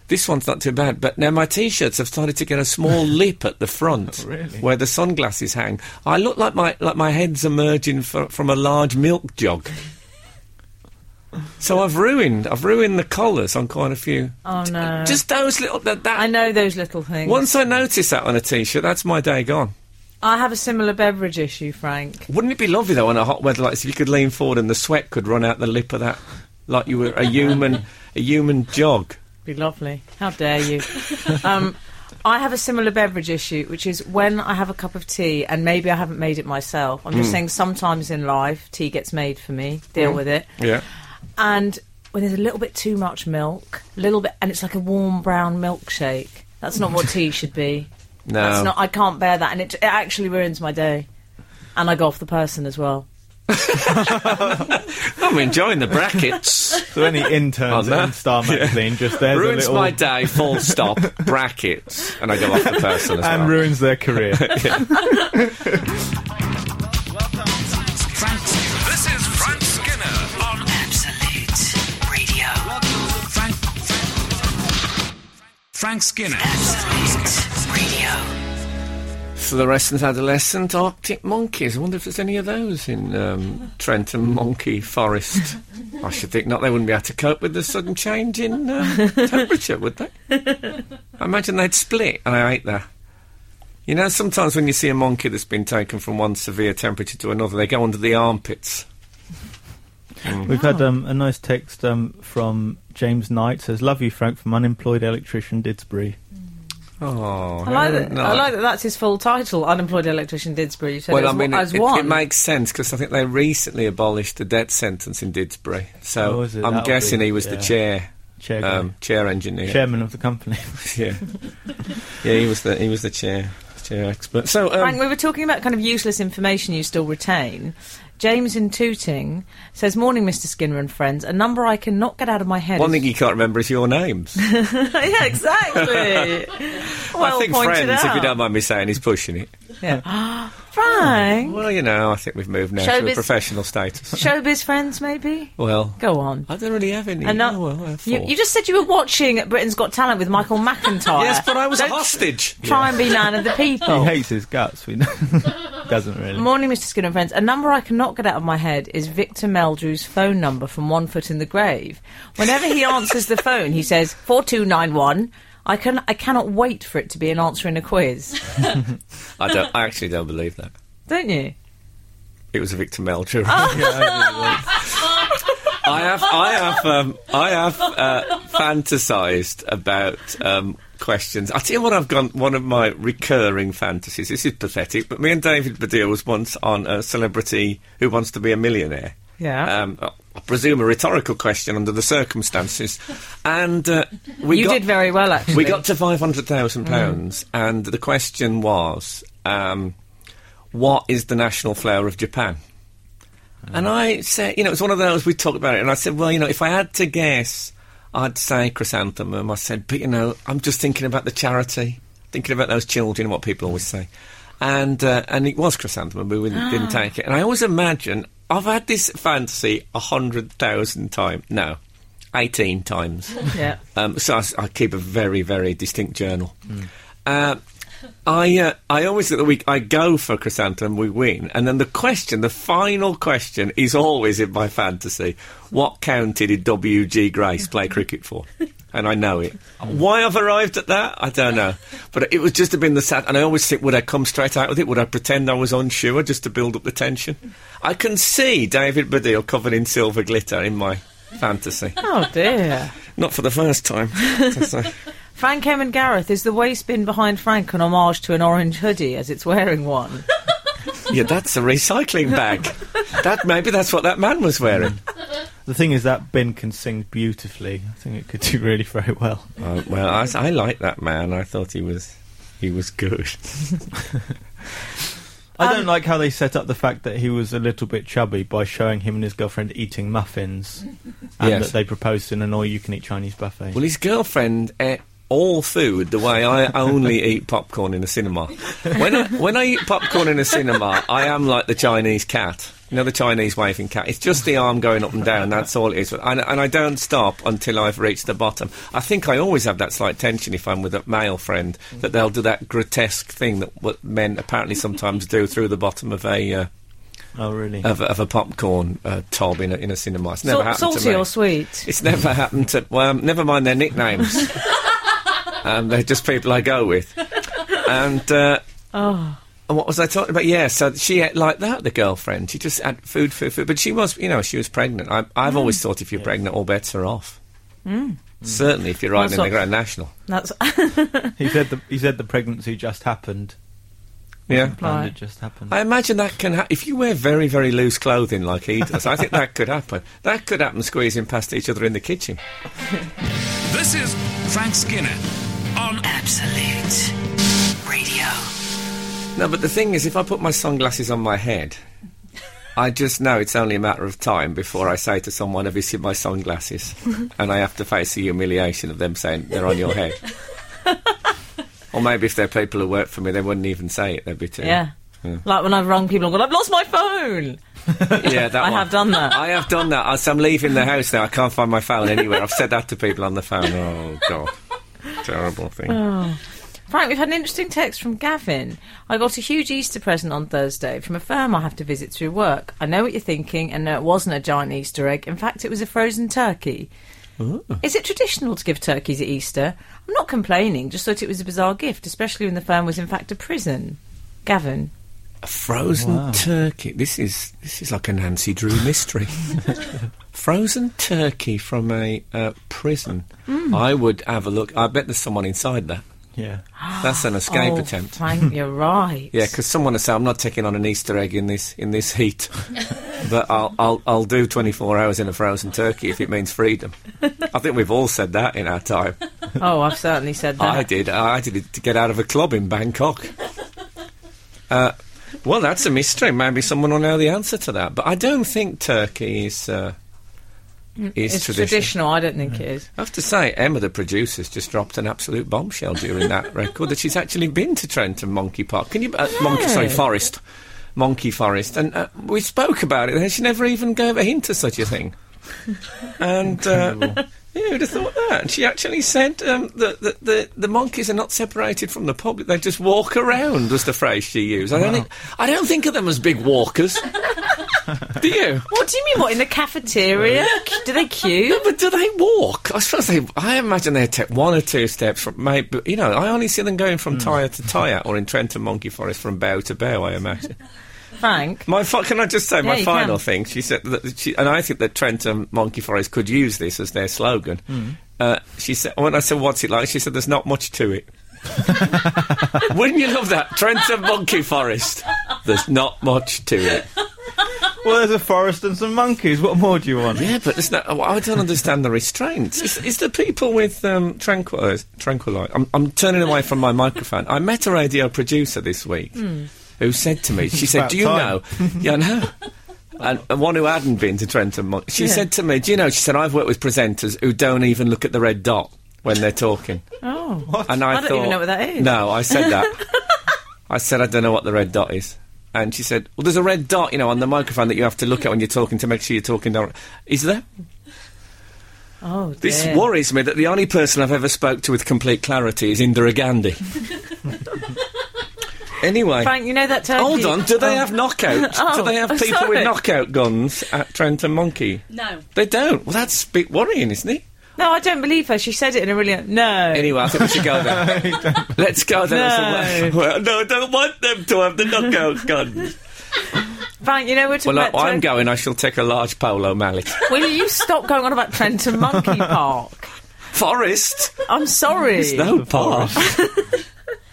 Speaker 4: This one's not too bad, but now my t-shirts have started to get a
Speaker 5: <laughs>
Speaker 4: small lip at the front,
Speaker 5: Oh,
Speaker 6: Really?
Speaker 4: where the sunglasses hang. I look like my like my head's emerging fro- from a large milk jug. so I've ruined I've ruined the collars on quite a few.
Speaker 5: Oh, no.
Speaker 4: Just those little that, that
Speaker 5: I know those little things.
Speaker 4: Once I notice that on a t-shirt, that's my day gone.
Speaker 5: I have a similar beverage issue, Frank.
Speaker 4: Wouldn't it be lovely though on a hot weather like this if you could lean forward and the sweat could run out the lip of that, like you were a human, a human jog.
Speaker 5: Be lovely. How dare
Speaker 4: <laughs>
Speaker 5: you? um, I have a similar beverage issue, which is when I have a cup of tea, and maybe I haven't made it myself. I'm
Speaker 4: Hmm.
Speaker 5: just saying, sometimes in life, tea gets made for me. Deal with it.
Speaker 4: Yeah.
Speaker 5: And when there's a little bit too much milk, a little bit, and it's like a warm brown milkshake. That's not what tea should be.
Speaker 4: No.
Speaker 5: That's not. I can't bear that, and it, it actually ruins my day. And I go off the person as well.
Speaker 4: I'm enjoying the
Speaker 6: <laughs>
Speaker 4: brackets.
Speaker 6: So any interns
Speaker 4: Oh, no.
Speaker 6: in
Speaker 4: <laughs>
Speaker 6: Star Magazine just there's a
Speaker 4: ruins
Speaker 6: little
Speaker 4: my day. Full stop. brackets, and I go off the person as
Speaker 6: and
Speaker 4: well.
Speaker 6: ruins their career.
Speaker 3: Frank Skinner.
Speaker 2: This is Frank Skinner on
Speaker 3: Absolute Radio.
Speaker 2: Frank. Frank Skinner.
Speaker 3: Absolute Radio.
Speaker 4: for the rest of adolescent Arctic monkeys. I wonder if there's any of those in um, Trenton Monkey Forest. I should think not. They wouldn't be able to cope with the sudden change in uh, temperature, would they? I imagine they'd split. And I hate that. You know, sometimes when you see a monkey that's been taken from one severe temperature to another, they go under the armpits.
Speaker 6: We've had um, a nice text um, from James Knight says, "Love you, Frank, from unemployed electrician Didsbury."
Speaker 4: Oh,
Speaker 5: I like
Speaker 4: no,
Speaker 5: that.
Speaker 4: no.
Speaker 5: I like that. That's his full title, unemployed electrician Didsbury. So
Speaker 4: Well, I
Speaker 5: there's
Speaker 4: mean,
Speaker 5: one-
Speaker 4: it,
Speaker 5: there's
Speaker 4: it,
Speaker 5: one.
Speaker 4: it makes sense because I think they recently abolished the death sentence in Didsbury.
Speaker 6: Oh,
Speaker 4: So
Speaker 6: is it?
Speaker 4: I'm
Speaker 6: That'll
Speaker 4: guessing
Speaker 6: be-
Speaker 4: he was the
Speaker 6: yeah.
Speaker 4: chair,
Speaker 6: Chair, guy.
Speaker 4: um, chair engineer.
Speaker 6: chairman of the company. <laughs>
Speaker 4: Yeah, <laughs> yeah, he was the he was the chair chair expert. So um,
Speaker 5: Frank, we were talking about kind of useless information you still retain. James in Tooting says, "Morning, Mr. Skinner and friends. A number I cannot get out of my head.
Speaker 4: one
Speaker 5: is- <laughs>
Speaker 4: thing you can't remember is your names.
Speaker 5: yeah, exactly.
Speaker 4: <laughs>
Speaker 5: well
Speaker 4: I think
Speaker 5: pointed
Speaker 4: friends,
Speaker 5: out.
Speaker 4: if you don't mind me saying, he's pushing it.
Speaker 5: Yeah. Frank,
Speaker 4: Well, you know, I think we've moved now to
Speaker 5: Showbiz-
Speaker 4: a professional status.
Speaker 5: showbiz friends, maybe.
Speaker 4: well,
Speaker 5: Go on.
Speaker 4: I don't really have any.
Speaker 5: And that-
Speaker 4: Oh, well, I have
Speaker 5: you,
Speaker 4: four.
Speaker 5: you just said you were watching Britain's Got Talent
Speaker 4: <laughs>
Speaker 5: with Michael McIntyre.
Speaker 4: yes, but I was a
Speaker 5: Don't
Speaker 4: hostage.
Speaker 5: Try and be none of the
Speaker 4: <laughs>
Speaker 5: people.
Speaker 4: Oh.
Speaker 6: he hates his guts. We know. <laughs> Doesn't really.
Speaker 5: Morning, Mr. Skinner and friends. A number I cannot get out of my head is Victor Meldrew's phone number from One Foot in the Grave. Whenever he answers the phone, he says four two nine one. I can I cannot wait for it to be an answer in a quiz.
Speaker 4: I don't. I actually don't believe that.
Speaker 5: Don't you?
Speaker 4: It was a Victor Melcher.
Speaker 5: Oh.
Speaker 4: <laughs> I have, I have, um, I have uh, fantasised about um, questions. I tell you what, I've gone. One of my recurring fantasies. This is pathetic, but me and David Baddiel was once on a celebrity who wants to be a millionaire.
Speaker 5: Yeah.
Speaker 4: Um, I presume a rhetorical question under the circumstances, and uh, we
Speaker 5: you
Speaker 4: got,
Speaker 5: did very well actually.
Speaker 4: we got to five hundred thousand pounds, and the question was, um, "What is the national flower of Japan?" And I said, you know, it's one of those we talked about it, and I said, well, you know, if I had to guess, I'd say chrysanthemum. I said, but you know, I'm just thinking about the charity, thinking about those children, what people always say, and uh, and it was chrysanthemum, but we didn't, didn't take it. And I always imagine I've had this fantasy a hundred thousand times, no, eighteen times.
Speaker 5: Yeah.
Speaker 4: Um, so I, s- I keep a very, very distinct journal. Uh, I uh, I always at the week I go for chrysanthemum, we win, and then the question, the final question, is always in my fantasy: What county did W. G. Grace play cricket for? And I know it. Why I've arrived at that, I don't know. But it was just have been the sad. And I always think, would I come straight out with it? Would I pretend I was unsure just to build up the tension? I can see David Baddiel covered in silver glitter in my fantasy.
Speaker 5: Oh dear.
Speaker 4: Not for the first time. to say.
Speaker 5: Frank M and Gareth is the waist bin behind Frank an homage to an orange hoodie as it's wearing one.
Speaker 4: yeah, that's a recycling bag. That maybe that's what that man was wearing.
Speaker 6: The thing is, that bin can sing beautifully. I think it could do really very well.
Speaker 4: Oh, well, I, I like that man. I thought he was he was good.
Speaker 6: I don't like how they set up the fact that he was a little bit chubby by showing him and his girlfriend eating muffins, and
Speaker 4: Yes.
Speaker 6: that they proposed in an all-you-can-eat Chinese buffet.
Speaker 4: Well, his girlfriend ate all food the way I only eat popcorn in a cinema. When I, when I eat popcorn in a cinema, I am like the Chinese cat. You know, the Chinese waving cat. It's just the arm going up and down. That's all it is. And, and I don't stop until I've reached the bottom. I think I always have that slight tension if I'm with a male friend that they'll do that grotesque thing that what men apparently sometimes do through the bottom of a uh,
Speaker 6: oh, really?
Speaker 4: of, a- of a popcorn uh, tub in a, in a cinema. It's never
Speaker 5: Sal-
Speaker 4: happened to
Speaker 5: salty
Speaker 4: me.
Speaker 5: or sweet?
Speaker 4: It's never happened to. Well, um, never mind their nicknames. um, they're just people I go with. And uh,
Speaker 5: Oh.
Speaker 4: and what was I talking about? Yeah, so she ate like that. The girlfriend, she just had food, food, food. But she was, you know, she was pregnant. I, I've always thought if you're pregnant, all bets are off. Certainly, if you're riding
Speaker 5: Well,
Speaker 4: in the
Speaker 5: so-
Speaker 4: Grand National.
Speaker 5: That's <laughs>
Speaker 6: he said the he said the pregnancy just happened.
Speaker 4: Yeah.
Speaker 6: Planned,
Speaker 5: Right.
Speaker 6: It just happened.
Speaker 4: I imagine that can happen. If you wear very, very loose clothing like he does, I think that could happen. That could happen squeezing past each other in the kitchen.
Speaker 2: This is Frank Skinner on
Speaker 3: Absolute Radio.
Speaker 4: No, but the thing is, if I put my sunglasses on my head, I just know it's only a matter of time before I say to someone, Have you seen my
Speaker 5: <laughs>
Speaker 4: sunglasses? and I have to face the humiliation of them saying, They're on your
Speaker 5: <laughs>
Speaker 4: head. or maybe if they're people who work for me, they wouldn't even say it. They'd be too.
Speaker 5: yeah. Like when I've rung people and gone, I've lost my phone.
Speaker 4: Yeah, that
Speaker 5: I
Speaker 4: one.
Speaker 5: have done that.
Speaker 4: <laughs> I have done that. I- so I'm leaving the house now. I can't find my phone anywhere. I've said that to people on the phone. Oh, God. Terrible thing.
Speaker 5: Frank, we've had an interesting text from Gavin. I got a huge Easter present on Thursday from a firm I have to visit through work. I know what you're thinking, and no, it wasn't a giant Easter egg. In fact, it was a frozen turkey. Is it traditional to give turkeys at Easter? I'm not complaining, just thought it was a bizarre gift, especially when the firm was in fact a prison. Gavin.
Speaker 4: A frozen
Speaker 6: Wow.
Speaker 4: turkey. This is this is like a Nancy Drew mystery. frozen turkey from a uh, prison. I would have a look. I bet there's someone inside that.
Speaker 6: Yeah.
Speaker 4: That's an escape
Speaker 5: oh,
Speaker 4: attempt. <laughs>
Speaker 5: Frank, you're right.
Speaker 4: Yeah, because someone will say, "I'm not taking on an Easter egg in this in this heat," but I'll, I'll I'll do 24 hours in a frozen turkey if it means freedom. I think we've all said that in our time.
Speaker 5: Oh, I've certainly said that.
Speaker 4: I did. I did it to get out of a club in
Speaker 5: <laughs>
Speaker 4: Bangkok. Uh, well, that's a mystery. Maybe someone will know the answer to that. But I don't think turkey is uh, is
Speaker 5: Mm, it's
Speaker 4: traditional.
Speaker 5: traditional. I don't think it is.
Speaker 4: I have to say, Emma, the producer's just dropped an absolute bombshell during that record that she's actually been to Trent and Monkey Park. Can you, uh, Monkey, sorry,
Speaker 5: Yeah.
Speaker 4: Forest, Monkey Forest, and uh, we spoke about it. and She never even gave a hint of such a thing. and uh, yeah, who'd have thought that? And she actually said um, that the, the the monkeys are not separated from the public; they just walk around. Was the phrase she used? I don't think, I don't think of them as big walkers. Do you?
Speaker 5: What do you mean? What in
Speaker 4: <laughs>
Speaker 5: the cafeteria? do they queue?
Speaker 4: But do they walk? I suppose they. I imagine they take one or two steps from. Maybe, but, you know, I only see them going
Speaker 5: Hmm.
Speaker 4: from tyre to tyre, or in Trenton Monkey Forest from bough to bough. I imagine.
Speaker 5: Frank.
Speaker 4: My fi- can I just say my
Speaker 5: you
Speaker 4: final thing?
Speaker 5: can.
Speaker 4: She said that she, and I think that Trenton Monkey Forest could use this as their slogan.
Speaker 5: Hmm.
Speaker 4: Uh, she said when I said what's it like, she said there's not much to it. <laughs> Wouldn't you love that Trenton Monkey Forest? There's not much to it.
Speaker 6: Well, there's a forest and some monkeys. What more do you want?
Speaker 4: Yeah, but it's not, oh, I don't understand the restraints. It's, it's the people with um, tranquilizers. Tranquilizer. I'm, I'm turning away from my microphone. I met a radio producer this week
Speaker 5: Hmm.
Speaker 4: who said to me, she said,
Speaker 6: about
Speaker 4: "Do you
Speaker 6: time."
Speaker 4: know?" yeah, I
Speaker 5: <laughs>
Speaker 4: know. And and one who hadn't been to Trenton Mon- She said to me, Do you know? She said, I've worked with presenters who don't even look at the red dot when they're talking.
Speaker 5: Oh.
Speaker 4: And I,
Speaker 5: I don't
Speaker 4: thought,
Speaker 5: even know what that is.
Speaker 4: No, I said
Speaker 5: <laughs>
Speaker 4: that. I said I don't know what the red dot is, and she said, "Well, there's a red dot, you know, on the microphone that you have to look at when you're talking to make sure you're talking." Down. Is there?
Speaker 5: Oh, dear.
Speaker 4: This worries me that the only person I've ever spoke to with complete clarity is Indira
Speaker 5: <laughs>
Speaker 4: Gandhi. anyway.
Speaker 5: Frank, you know that turkey.
Speaker 4: Hold on, do they
Speaker 5: Oh.
Speaker 4: have knockouts? do
Speaker 5: <laughs> Oh,
Speaker 4: they have
Speaker 5: I'm
Speaker 4: people with
Speaker 5: sorry.
Speaker 4: knockout guns at Trent and Monkey?
Speaker 8: No.
Speaker 4: They don't. Well, that's a bit worrying, isn't it?
Speaker 5: No, I don't believe her. She said it in a really. No.
Speaker 4: Anyway, I think we should go
Speaker 5: <laughs>
Speaker 4: there. Let's go there. as a way- <laughs> Well, no, I don't want them to have the
Speaker 5: <laughs>
Speaker 4: knockout guns.
Speaker 5: Frank, you know we're talking
Speaker 4: Well,
Speaker 5: about.
Speaker 4: I, I'm
Speaker 5: turkey-
Speaker 4: going. I shall take a large polo mallet.
Speaker 5: Will you stop going on about Trenton
Speaker 4: <laughs>
Speaker 5: Monkey Park?
Speaker 4: Forest?
Speaker 5: I'm sorry.
Speaker 4: No
Speaker 5: <laughs>
Speaker 4: park.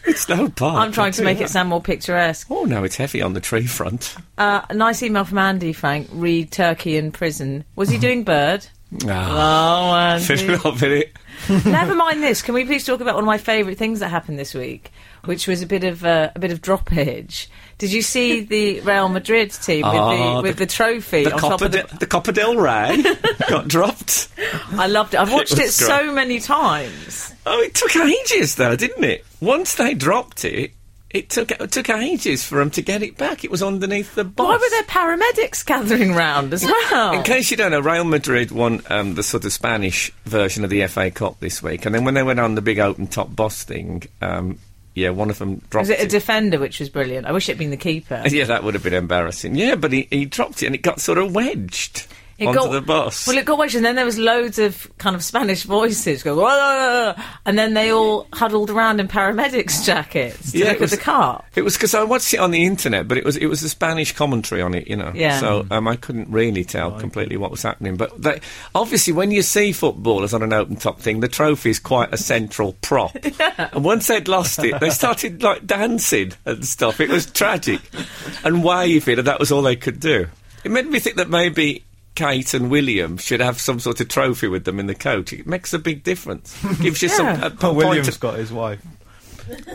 Speaker 4: it's no park.
Speaker 5: I'm trying to make it
Speaker 4: sound.
Speaker 5: sound more picturesque.
Speaker 4: Oh no, it's heavy on the tree front.
Speaker 5: Uh, a nice email from Andy, Frank. Read Turkey in prison. Was
Speaker 4: Mm-hmm.
Speaker 5: he doing bird?
Speaker 4: Ah.
Speaker 5: Oh, Andy.
Speaker 4: Fiddle in it.
Speaker 5: <laughs> Never mind this. Can we please talk about one of my favourite things that happened this week, which was a bit of uh, a bit of droppage? Did you see the Real Madrid team with,
Speaker 4: Ah,
Speaker 5: the, with
Speaker 4: the-
Speaker 5: the trophy
Speaker 4: The
Speaker 5: on top
Speaker 4: Copper,
Speaker 5: of the?
Speaker 4: Del- the Copper Del
Speaker 5: <laughs>
Speaker 4: Rey got dropped.
Speaker 5: I loved it. I've watched it,
Speaker 4: was
Speaker 5: so many times.
Speaker 4: Oh, it took ages though, didn't it? Once they dropped it, it took it took ages for them to get it back. It was underneath the box.
Speaker 5: Why were there paramedics gathering round as well?
Speaker 4: In case you don't know, Real Madrid won um, the sort of Spanish version of the FA Cup this week, and then when they went on the big open top boss thing, um, yeah, one of them dropped
Speaker 5: was it a defender, which was brilliant? I wish it'd been the keeper.
Speaker 4: <laughs> yeah, that would have been embarrassing. Yeah, but he, he dropped it and it got sort of wedged
Speaker 5: It
Speaker 4: onto
Speaker 5: got-
Speaker 4: the bus.
Speaker 5: Well, it got wedged, and then there was loads of kind of Spanish voices going, "Whoa!" and then they all huddled around in paramedics jackets to
Speaker 4: Yeah,
Speaker 5: look
Speaker 4: it was-
Speaker 5: at the car.
Speaker 4: It was because I watched it on the internet, but it was it was a Spanish commentary on it, you know.
Speaker 5: Yeah.
Speaker 4: So um, I couldn't really tell completely what was happening. But they, obviously, when you see footballers on an open top thing, the trophy is quite a central prop.
Speaker 5: <laughs>
Speaker 4: And once they'd lost it, they started like dancing and stuff. It was tragic, and waving, and that was all they could do. It made me think that maybe. Kate and William should have some sort of trophy with them in the coach. It makes a big difference. Gives you some
Speaker 5: Yeah.
Speaker 4: a, a
Speaker 6: Oh,
Speaker 4: point
Speaker 6: William's
Speaker 4: of,
Speaker 6: got his wife.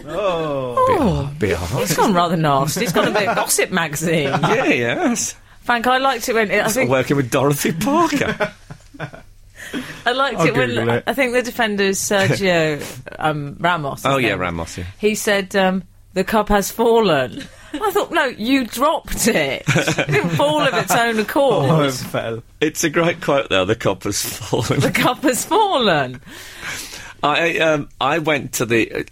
Speaker 5: Oh,
Speaker 4: be hard.
Speaker 6: <laughs>
Speaker 5: it's gone rather nasty. It's gone a bit gossip magazine.
Speaker 4: Yeah, yes.
Speaker 5: Frank, I liked it when I
Speaker 4: It's not
Speaker 5: think
Speaker 4: working with Dorothy <laughs> Parker.
Speaker 5: I liked
Speaker 6: I'll
Speaker 5: it when
Speaker 6: Google it.
Speaker 5: I think the defender's Sergio um, Ramos. his
Speaker 4: oh yeah,
Speaker 5: name.
Speaker 4: Ramos. Yeah.
Speaker 5: He said um, the cup has fallen. I thought, no, you dropped it. It didn't fall of its own accord. <laughs>
Speaker 6: Oh, it fell.
Speaker 4: It's a great quote though. The copper's fallen.
Speaker 5: The cup has fallen.
Speaker 4: I um, I went to the uh,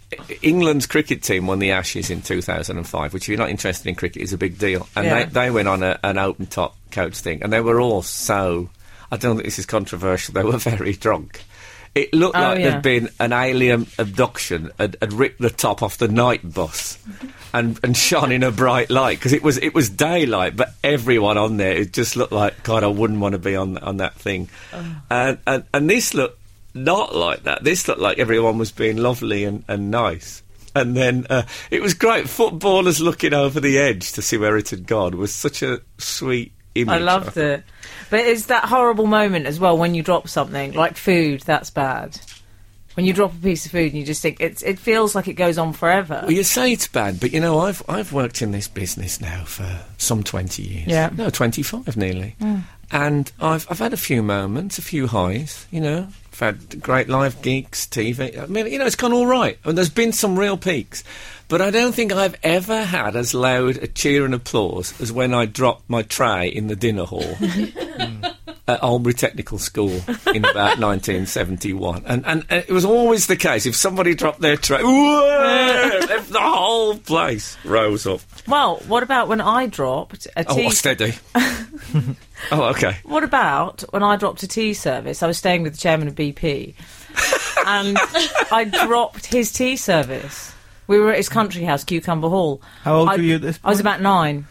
Speaker 4: England's cricket team won the Ashes in 2005, which if you're not interested in cricket is a big deal. And
Speaker 5: Yeah.
Speaker 4: they, they went on a, an open top coach thing, and they were all so. I don't think this is controversial. They were <laughs> very drunk. It looked
Speaker 5: Oh,
Speaker 4: like
Speaker 5: yeah.
Speaker 4: there'd been an alien abduction and, and ripped the top off the night bus, and and shone in a bright light because it was it was daylight, but everyone on there it just looked like God, I wouldn't want to be on on that thing, and, and and this looked not like that. This looked like everyone was being lovely and, and nice. And then uh, it was great. Footballers looking over the edge to see where it had gone was such a sweet image.
Speaker 5: I loved it. But it's that horrible moment as well when you drop something like food. That's bad. When you drop a piece of food and you just think it's, it feels like it goes on forever.
Speaker 4: Well, you say it's bad, but you know, I've I've worked in this business now for some twenty years.
Speaker 5: Yeah.
Speaker 4: no, twenty five nearly. And I've I've had a few moments, a few highs. You know, I've had great live gigs, TV. I mean, you know, it's gone all right, and there's been some real peaks. But I don't think I've ever had as loud a cheer and applause as when I dropped my tray in the dinner hall at Albury Technical School in about 1971. And, and and it was always the case if somebody dropped their tray, <laughs> "Whoa!" if the whole place rose up.
Speaker 5: Well, what about when I dropped a
Speaker 4: Oh,
Speaker 5: tea? <laughs>
Speaker 4: steady. oh, okay.
Speaker 5: what about when I dropped a tea service? I was staying with the chairman of BP, and I dropped his tea service. We were at his country house, Cucumber Hall.
Speaker 6: How old
Speaker 5: I,
Speaker 6: were you at this
Speaker 5: I was
Speaker 6: point?
Speaker 5: about nine.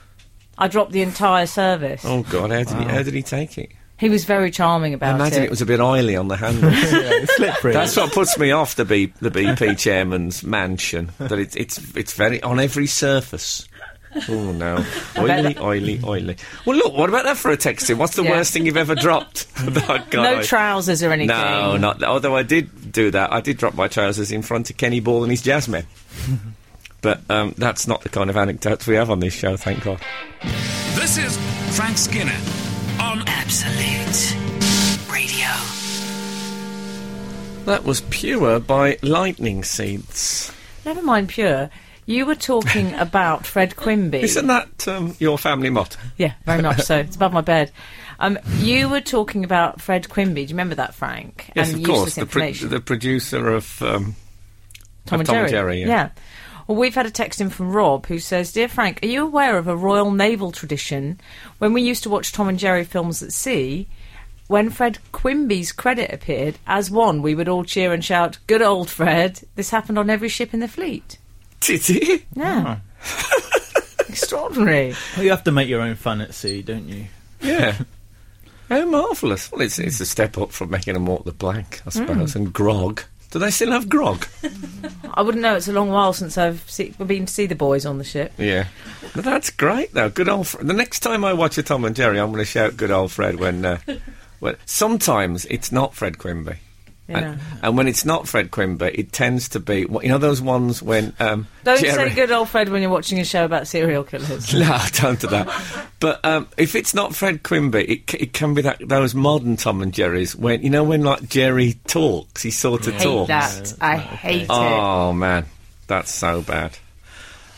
Speaker 5: I dropped the entire service.
Speaker 4: Oh, God, how did, he, how did he take it?
Speaker 5: He was very charming
Speaker 4: I
Speaker 5: about
Speaker 4: imagine it. was a bit oily on the
Speaker 5: <laughs>
Speaker 4: handles.
Speaker 6: It's slippery.
Speaker 4: That's what puts me off the, B, the BP chairman's mansion. That it's it's it's very on every surface. Oh
Speaker 5: <laughs>
Speaker 4: no, oily, oily, oily. Well, look, what about that for a texting? What's the
Speaker 5: Yeah.
Speaker 4: worst thing you've ever dropped? oh, God,
Speaker 5: <laughs> no
Speaker 4: I-
Speaker 5: trousers or anything.
Speaker 4: No, not although I did do that. I did drop my trousers in front of Kenny Ball and his
Speaker 5: <laughs>
Speaker 4: jazzmen. but um, that's not the kind of anecdotes we have on this show, thank God.
Speaker 2: This is Frank Skinner on
Speaker 3: Absolute Radio.
Speaker 4: That was Pure by Lightning Seeds.
Speaker 5: Never mind pure. You
Speaker 4: <laughs>
Speaker 5: were talking about Fred Quimby.
Speaker 4: Isn't that um, your family motto?
Speaker 5: Yeah, very much so. It's above my bed. Um, you were talking about Fred Quimby. Do you remember that, Frank?
Speaker 4: Yes,
Speaker 5: and
Speaker 4: of course.
Speaker 5: useless
Speaker 4: The, pro-
Speaker 5: information.
Speaker 4: the producer of. Um, of
Speaker 5: Tom, and
Speaker 4: Tom
Speaker 5: Jerry.
Speaker 4: and Jerry, yeah.
Speaker 5: Well, we've had a text in from Rob who says, "Dear Frank, are you aware of a royal naval tradition? When we used to watch Tom and Jerry films at sea." When Fred Quimby's credit appeared as one, we would all cheer and shout, "Good old Fred!" This happened on every ship in the fleet.
Speaker 4: did he?
Speaker 5: Yeah,
Speaker 4: Ah.
Speaker 5: <laughs> extraordinary.
Speaker 6: Well, you have to make your own fun at sea, don't you?
Speaker 4: Yeah. How marvellous. Well, it's, it's a step up from making them walk the plank,
Speaker 5: Mm.
Speaker 4: I suppose, and grog. Do they still have grog?
Speaker 5: I wouldn't know. It's a long while since I've see- been to see the boys on the ship.
Speaker 4: Yeah, But that's great though. Good old. Fred. The next time I watch a Tom and Jerry, I'm going to shout "Good old Fred" when. Uh, <laughs> when sometimes it's not Fred Quimby,
Speaker 5: Yeah.
Speaker 4: and,
Speaker 5: uh,
Speaker 4: and when it's not Fred Quimby, it tends to be wh- you know those ones when. Um,
Speaker 5: Don't
Speaker 4: Jerry-
Speaker 5: say good old Fred when you're watching a show about serial killers.
Speaker 4: <laughs> No, don't do that. But um, if it's not Fred Quimby, it, c- it can be that those modern Tom and Jerry's when you know when like Jerry talks, he sort of
Speaker 5: I hate
Speaker 4: talks.
Speaker 5: that. I hate it.
Speaker 4: Oh man, that's so bad.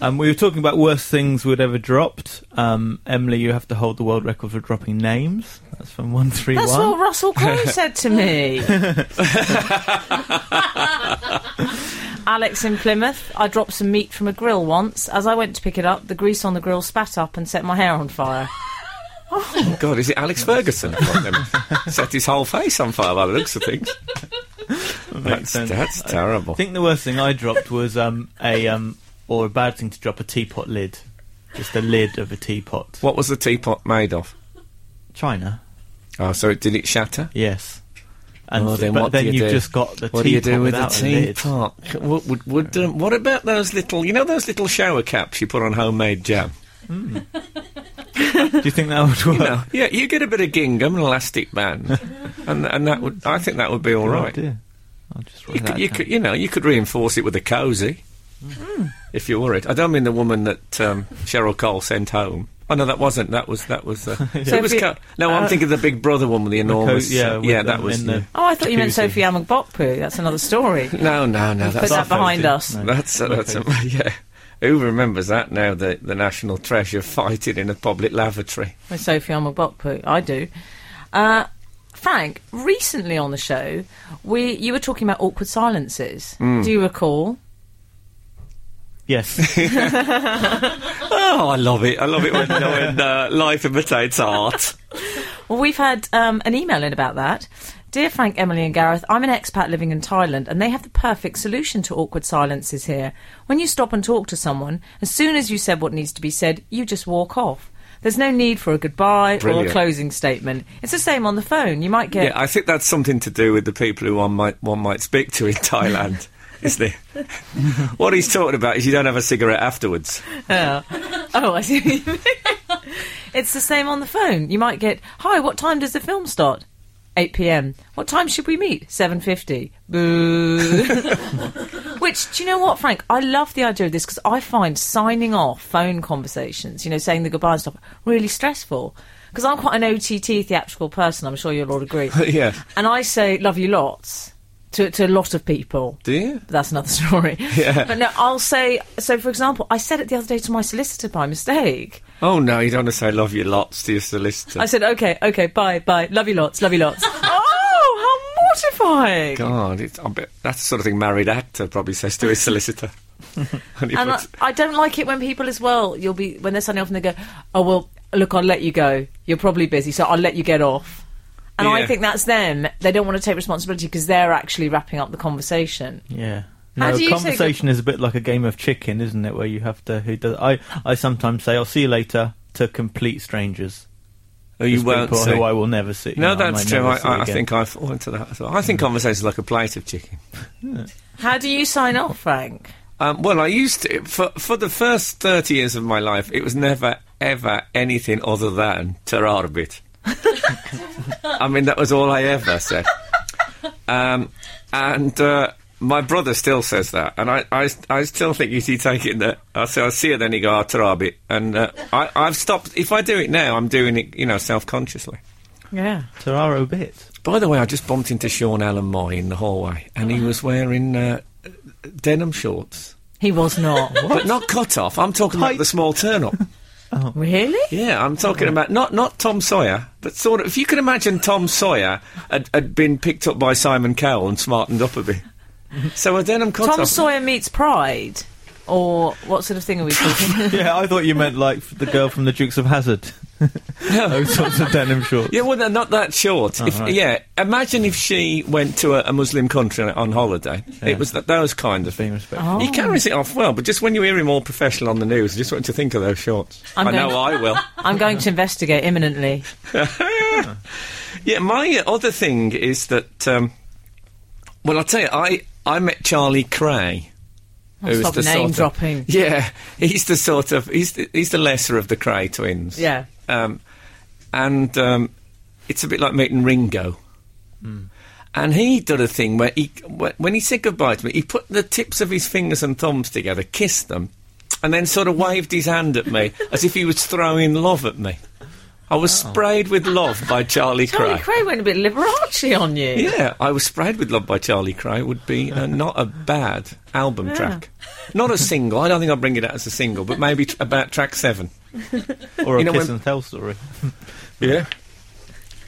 Speaker 6: Um, we were talking about worst things we'd ever dropped. Um, Emily, you have to hold the world record for dropping names. That's from one three
Speaker 5: That's what
Speaker 6: one.
Speaker 5: Russell <laughs> Crowe said to me. Alex in Plymouth, I dropped some meat from a grill once. As I went to pick it up, the grease on the grill spat up and set my hair on fire.
Speaker 4: God, is it Alex Ferguson?
Speaker 5: <laughs>
Speaker 4: Set his whole face on fire by the looks of things. That's,
Speaker 6: sense.
Speaker 4: that's terrible.
Speaker 6: I think the worst thing I dropped was um, a um, or a bad thing to drop a teapot lid, just a lid of a teapot.
Speaker 4: What was the teapot made of?
Speaker 6: China,
Speaker 4: Oh, so it, did it shatter?
Speaker 6: yes. And
Speaker 4: oh, then
Speaker 6: but
Speaker 4: what
Speaker 6: then
Speaker 4: do you
Speaker 6: you've
Speaker 4: do?
Speaker 6: just got the
Speaker 4: what
Speaker 6: teapot
Speaker 4: do you do with
Speaker 6: without a
Speaker 4: the
Speaker 6: lid.
Speaker 4: teapot? What, would, would, um, what about those little, you know, those little shower caps you put on homemade jam?
Speaker 6: Do you think that
Speaker 4: <laughs>
Speaker 6: would work? <laughs>
Speaker 4: No, yeah, you get a bit of gingham, an elastic band, and and that would, I think that would be all
Speaker 6: Good
Speaker 4: right.
Speaker 6: idea. Oh, I'll just write
Speaker 4: You
Speaker 6: that
Speaker 4: could, you
Speaker 6: down.
Speaker 4: could, you know, you could reinforce it with a cosy,
Speaker 6: Hmm.
Speaker 4: if you're worried. I don't mean the woman that um, Cheryl Cole sent home. Oh no, that wasn't. That was that
Speaker 6: <laughs>
Speaker 4: was. Uh,
Speaker 6: So
Speaker 4: it was
Speaker 5: if you-
Speaker 4: co- no, I'm
Speaker 5: uh,
Speaker 4: thinking of the Big Brother one with the enormous.
Speaker 6: yeah,
Speaker 4: uh,
Speaker 6: with
Speaker 4: yeah,
Speaker 6: them
Speaker 4: that was.
Speaker 6: in the-
Speaker 4: yeah.
Speaker 5: Oh, I thought you meant
Speaker 6: Jacuzzi.
Speaker 5: Sophie Amagbopu. <laughs> That's another story.
Speaker 4: No, no, no.
Speaker 5: Put
Speaker 4: That's
Speaker 5: that
Speaker 6: Buffo
Speaker 5: behind
Speaker 6: did.
Speaker 5: us.
Speaker 6: No.
Speaker 4: that's uh, that's uh, <laughs> yeah. Who remembers that now? The the national treasure fighting in a public lavatory.
Speaker 5: with Sophie Amagbopu. I do. Uh, Frank, recently on the show, we you were talking about awkward silences. Do you recall?
Speaker 6: Yes.
Speaker 4: Oh, I love it. I love <laughs> it when, when uh, life imitates art.
Speaker 5: Well, we've had um, an email in about that. Dear Frank, Emily, and Gareth, I'm an expat living in Thailand, and they have the perfect solution to awkward silences here. When you stop and talk to someone, as soon as you said what needs to be said, you just walk off. There's no need for a goodbye or
Speaker 4: Brilliant.
Speaker 5: a closing statement. It's the same on the phone. You might get
Speaker 4: Yeah, I think that's something to do with the people who one might one might speak to in <laughs> Thailand. Isn't it? what he's talking about is you don't have a cigarette afterwards.
Speaker 5: Oh, I see. <laughs> what you mean. it's the same on the phone. You might get, "Hi, what time does the film start?" 8 p.m. What time should we meet? 7:50. Boo. <laughs> Which do you know what, Frank? I love the idea of this because I find signing off phone conversations, you know, saying the goodbye and stuff, really stressful. Because I'm quite an OTT theatrical person. I'm sure you'll all agree.
Speaker 4: <laughs> Yeah.
Speaker 5: And I say "love you lots" to to a lot of people.
Speaker 4: Do you?
Speaker 5: But that's another <laughs> story.
Speaker 4: Yeah.
Speaker 5: But no, I'll say. So, for example, I said it the other day to my solicitor by mistake.
Speaker 4: Oh no, you don't want to say love you lots to your solicitor.
Speaker 5: I said, "Okay, okay, bye, bye, love you lots, love you
Speaker 4: <laughs>
Speaker 5: lots." oh, how mortifying!
Speaker 4: God, it's, I bet that's the sort of thing married actor probably says to his <laughs> solicitor. When he
Speaker 5: And I,
Speaker 4: puts-
Speaker 5: I don't like it when people as well. You'll be when they're signing off and they go, "Oh well, look, I'll let you go. You're probably busy, so I'll let you get off." And I
Speaker 4: Yeah.
Speaker 5: think that's them. They don't want to take responsibility because they're actually wrapping up the conversation.
Speaker 6: Yeah.
Speaker 5: How
Speaker 6: No,
Speaker 5: do you say
Speaker 6: conversation is a bit like a game of chicken, isn't it? Where you have to who does I I sometimes say I'll see you later to complete strangers.
Speaker 4: oh, you
Speaker 6: Just
Speaker 4: won't
Speaker 6: people
Speaker 4: say.
Speaker 6: who I will never see.
Speaker 4: no,
Speaker 6: you know, I
Speaker 4: that's
Speaker 6: might
Speaker 4: true.
Speaker 6: never
Speaker 4: I,
Speaker 6: see
Speaker 4: I, I
Speaker 6: again.
Speaker 4: think I fall into that as well. I think conversations are like a plate of chicken.
Speaker 5: How do you sign off, Frank?
Speaker 4: Um, well, I used to for for the first thirty years of my life. It was never ever anything other than terarbit. <laughs> I mean, that was all I ever said. Um, and uh, my brother still says that, and I, I, I still think you see taking that. I say I see it, then he go oh, terarbit, and uh, I, I've stopped. If I do it now, I'm doing it, you know, self consciously.
Speaker 5: Yeah.
Speaker 6: Toraro bit.
Speaker 4: By the way, I just bumped into Sean Allen Moy in the hallway, and he was wearing uh, denim shorts.
Speaker 5: He was
Speaker 4: <laughs>
Speaker 5: not.
Speaker 4: But not cut off. I'm talking about
Speaker 6: Tight.
Speaker 4: the small turnip.
Speaker 5: really?
Speaker 4: Yeah, I'm talking about not not Tom Sawyer, but sort of. If you can imagine Tom Sawyer had, had been picked up by Simon Cowell and smartened up a bit. So a denim cut
Speaker 5: Tom
Speaker 4: off.
Speaker 5: Sawyer meets Pride, or what sort of thing are we <laughs> talking?
Speaker 6: Yeah, I thought you meant like f- the girl from the Dukes of Hazard.
Speaker 4: <laughs>
Speaker 6: Those sorts of denim shorts.
Speaker 4: yeah, well, they're not that short. if,
Speaker 6: right.
Speaker 4: Yeah, imagine if she went to a, a Muslim country on holiday. It was th- those kind of
Speaker 6: Being
Speaker 4: things.
Speaker 6: respectful.
Speaker 5: Oh.
Speaker 4: He carries it off well, but just when you hear him all professional on the news, I just want you to think of those shorts.
Speaker 5: I'm
Speaker 4: I
Speaker 5: going-
Speaker 4: know I <laughs> will.
Speaker 5: I'm going to investigate imminently.
Speaker 4: Yeah, my other thing is that. Um, well, I'll tell you, I, I met Charlie Cray. who is
Speaker 5: Stop
Speaker 4: the
Speaker 5: name
Speaker 4: sort of-
Speaker 5: dropping.
Speaker 4: Yeah, <laughs> he's the sort of he's the, he's the lesser of the Cray twins.
Speaker 5: Yeah.
Speaker 4: um, and um, it's a bit like meeting Ringo. And he did a thing where he wh- when he said goodbye to me, he put the tips of his fingers and thumbs together, kissed them, and then sort of waved his hand at me as if he was throwing love at me. I was sprayed with love by Charlie,
Speaker 5: Charlie Cray went a bit Liberace on you.
Speaker 4: yeah, I was sprayed with love by Charlie Cray. Would be uh, not a bad album track, not a single. I don't think I'll bring it out as a single, but maybe tr- about track seven.
Speaker 6: Or a
Speaker 4: You know,
Speaker 6: kiss
Speaker 4: when-
Speaker 6: and tell story.
Speaker 4: Yeah. <laughs>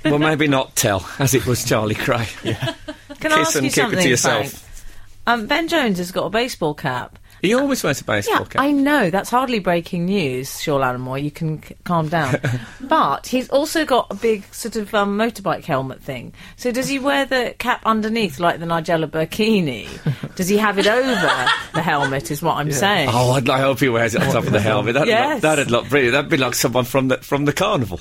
Speaker 4: Well, maybe not tell, as it was Charlie <laughs> Cray.
Speaker 5: Can I
Speaker 4: Kiss
Speaker 5: ask
Speaker 4: and keep
Speaker 5: you
Speaker 4: it to
Speaker 5: something,
Speaker 4: yourself.
Speaker 5: Frank? Um, ben Jones has got a baseball cap.
Speaker 4: He always wears a
Speaker 5: Yeah,
Speaker 4: baseball cap.
Speaker 5: I know that's hardly breaking news, Shaw Lattimore. You can c- calm <laughs> down. but he's also got a big sort of um, motorbike helmet thing. So does he wear the cap underneath like the Nigella <laughs> Burkini? does he have it over the helmet? Is what I'm saying.
Speaker 4: Oh, I'd, I hope he wears it on <laughs> top of the helmet. That'd,
Speaker 5: Yes.
Speaker 4: look, that'd look brilliant. That'd be like someone from the from the
Speaker 5: <laughs>
Speaker 4: carnival.